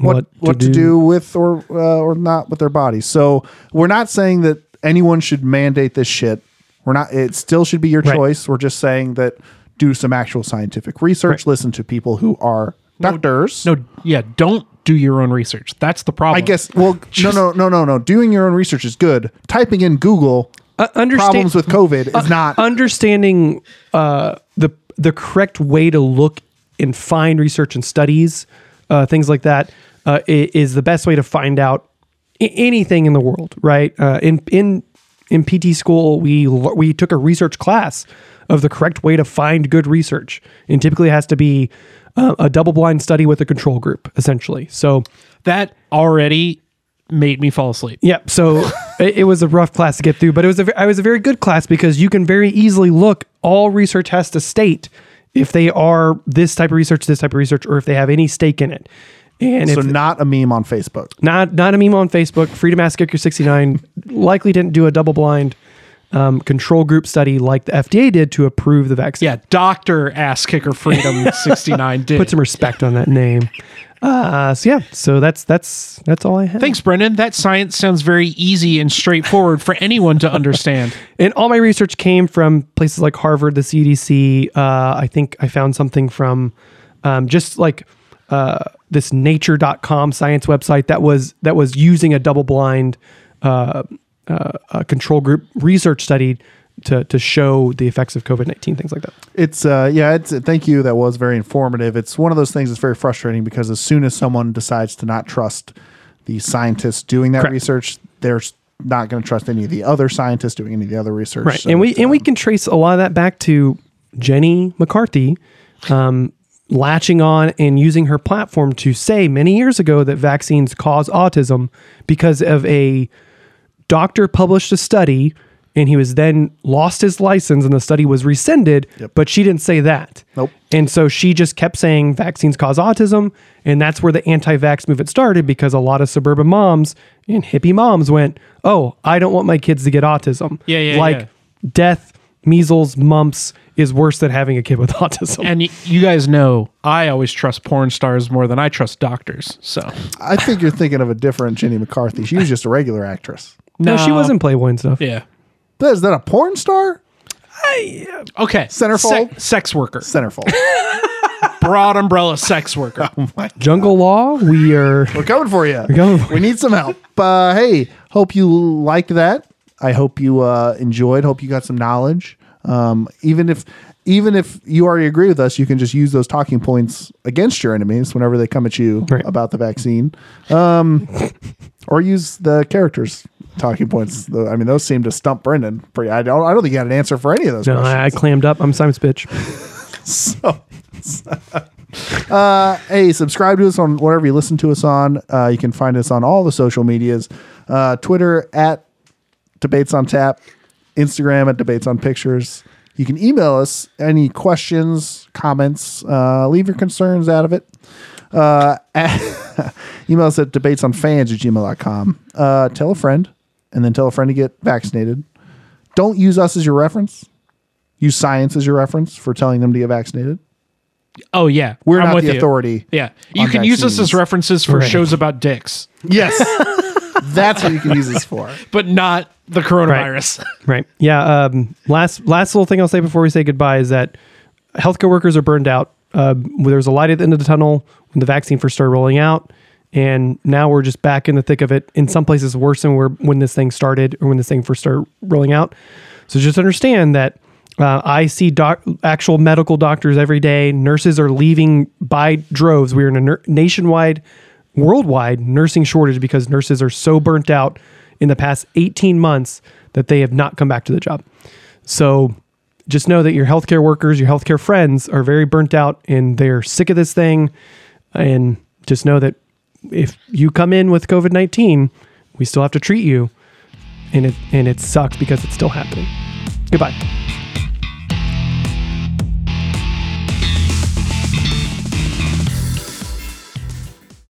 [SPEAKER 2] what what to, do. with or uh, or not with their bodies. So we're not saying that anyone should mandate this shit. We're not. It still should be your
[SPEAKER 3] Right.
[SPEAKER 2] choice. We're just saying that do some actual scientific research. Listen to people who are doctors.
[SPEAKER 1] No, yeah, don't do your own research. That's the problem.
[SPEAKER 2] I guess.
[SPEAKER 3] [laughs]
[SPEAKER 2] Well, no, no, no, no, no. Doing your own research is good. Typing in Google
[SPEAKER 3] Uh, understand- Uh,
[SPEAKER 2] problems with COVID is not.
[SPEAKER 3] understanding uh, the the correct way to look and find research and studies, uh, things like that, uh, i- is the best way to find out a- anything in the world. Right? Uh, in in in PT school, we l- we took a research class of the correct way to find good research, and typically it has to be uh, a double blind study with a control group, essentially. So
[SPEAKER 1] that already made me fall asleep.
[SPEAKER 3] yeah, so it, it was a rough class to get through, but it was a, ve- I was a very good class because you can very easily look. All research has to state if they are this type of research, this type of research, or if they have any stake in it. And
[SPEAKER 2] So
[SPEAKER 3] if
[SPEAKER 2] not a meme on Facebook.
[SPEAKER 3] not not a meme on Facebook, Freedom Ask Kicker 69 likely didn't do a double blind um, control group study like the FDA did to approve the vaccine.
[SPEAKER 1] Yeah, Doctor Ass Kicker
[SPEAKER 3] [laughs]
[SPEAKER 1] Freedom sixty nine did.
[SPEAKER 3] Put some respect on that name. Uh, so yeah, so that's that's that's all I have.
[SPEAKER 1] Thanks, Brendan. That science sounds very easy and straightforward for anyone to
[SPEAKER 3] [laughs]
[SPEAKER 1] understand.
[SPEAKER 3] And all my research came from places like Harvard, the CDC. Uh, I think I found something from um, just like uh, this nature.com science website that was that was using a double blind uh, uh, uh, control group research study to, to show the effects of COVID 19, things like that.
[SPEAKER 2] It's uh yeah, it's thank you. That was very informative. It's one of those things that's very frustrating because as soon as someone decides to not trust the scientists doing that
[SPEAKER 3] Correct.
[SPEAKER 2] research, they're s- not going to trust any of the other scientists doing any of the other research.
[SPEAKER 3] Right.
[SPEAKER 2] So
[SPEAKER 3] and we
[SPEAKER 2] it's, uh,
[SPEAKER 3] and we can trace a lot of that back to Jenny McCarthy um, latching on and using her platform to say many years ago that vaccines cause autism because of a doctor published a study and he was then lost his license and the study was rescinded but she didn't say that
[SPEAKER 2] Nope.
[SPEAKER 3] and so she just kept saying vaccines cause autism and that's where the anti-vax movement started because a lot of suburban moms and hippie moms went oh i don't want my kids to get autism
[SPEAKER 1] Yeah, yeah,
[SPEAKER 3] like
[SPEAKER 1] yeah.
[SPEAKER 3] death measles mumps is worse than having a kid with [laughs] autism
[SPEAKER 1] And y- you guys know I always trust porn stars more than I trust doctors. So
[SPEAKER 2] I think you're thinking of a different Jenny McCarthy. She was just a regular actress.
[SPEAKER 3] no, she
[SPEAKER 1] No.
[SPEAKER 3] wasn't playboy and stuff
[SPEAKER 1] uh, yeah,
[SPEAKER 2] That- Is that a porn star?
[SPEAKER 1] okay.
[SPEAKER 2] Centerfold?
[SPEAKER 1] Sec- sex
[SPEAKER 3] [laughs]
[SPEAKER 1] worker,
[SPEAKER 2] Centerfold.
[SPEAKER 1] broad umbrella sex
[SPEAKER 3] [laughs]
[SPEAKER 1] worker.
[SPEAKER 3] jungle law we are
[SPEAKER 2] We're coming for you.
[SPEAKER 3] coming for
[SPEAKER 2] we need some help. Uh, hey, hope you liked that. I hope you uh, enjoyed. Hope you got some knowledge. Um, even if even if you already agree with us, you can just use those talking points against your enemies whenever they come at you
[SPEAKER 3] Right.
[SPEAKER 2] about the vaccine. Um, or use the characters talking points. The- I mean, those seem to stump Brendan. Pretty. I don't. I don't think he had an answer for any of those
[SPEAKER 3] No,
[SPEAKER 2] questions.
[SPEAKER 3] I, I clammed up. I'm Simon's bitch.
[SPEAKER 2] So, [laughs] uh, hey, subscribe to us on whatever you listen to us on. Uh, you can find us on all the social medias uh, Twitter at Debates on Tap, Instagram at Debates on Pictures. You can email us any questions, comments, uh, leave your concerns out of it. Uh, [laughs] at, email us at debatesonfans at gmail.com. Uh, tell a friend and then tell a friend to get vaccinated. Don't use us as your reference. Use science as your reference for telling them to get vaccinated.
[SPEAKER 1] Oh yeah,
[SPEAKER 2] We're
[SPEAKER 1] I'm
[SPEAKER 2] not
[SPEAKER 1] with
[SPEAKER 2] the
[SPEAKER 1] you.
[SPEAKER 2] authority.
[SPEAKER 1] Yeah, you
[SPEAKER 2] on
[SPEAKER 1] can use us
[SPEAKER 2] vaccines.
[SPEAKER 1] as references for
[SPEAKER 3] Right.
[SPEAKER 1] shows about dicks,
[SPEAKER 2] Yes. [laughs] That's what you can use this for.
[SPEAKER 1] but not the coronavirus.
[SPEAKER 3] Right. Yeah. Um, last last little thing I'll say before we say goodbye is that healthcare workers are burned out. Uh, there was a light at the end of the tunnel when the vaccine first started rolling out, and now we're just back in the thick of it. In some places, worse than where when this thing started or when this thing first started rolling out. So just understand that uh, I see doc- actual medical doctors every day. Nurses are leaving by droves. We're in a ner- nationwide, worldwide nursing shortage because nurses are so burnt out in the past 18 months that they have not come back to the job. So just know that your healthcare workers, your healthcare friends are very burnt out and they're sick of this thing. And just know that if you come in with COVID 19, we still have to treat you. And it, and it sucks because it's still happening. Goodbye.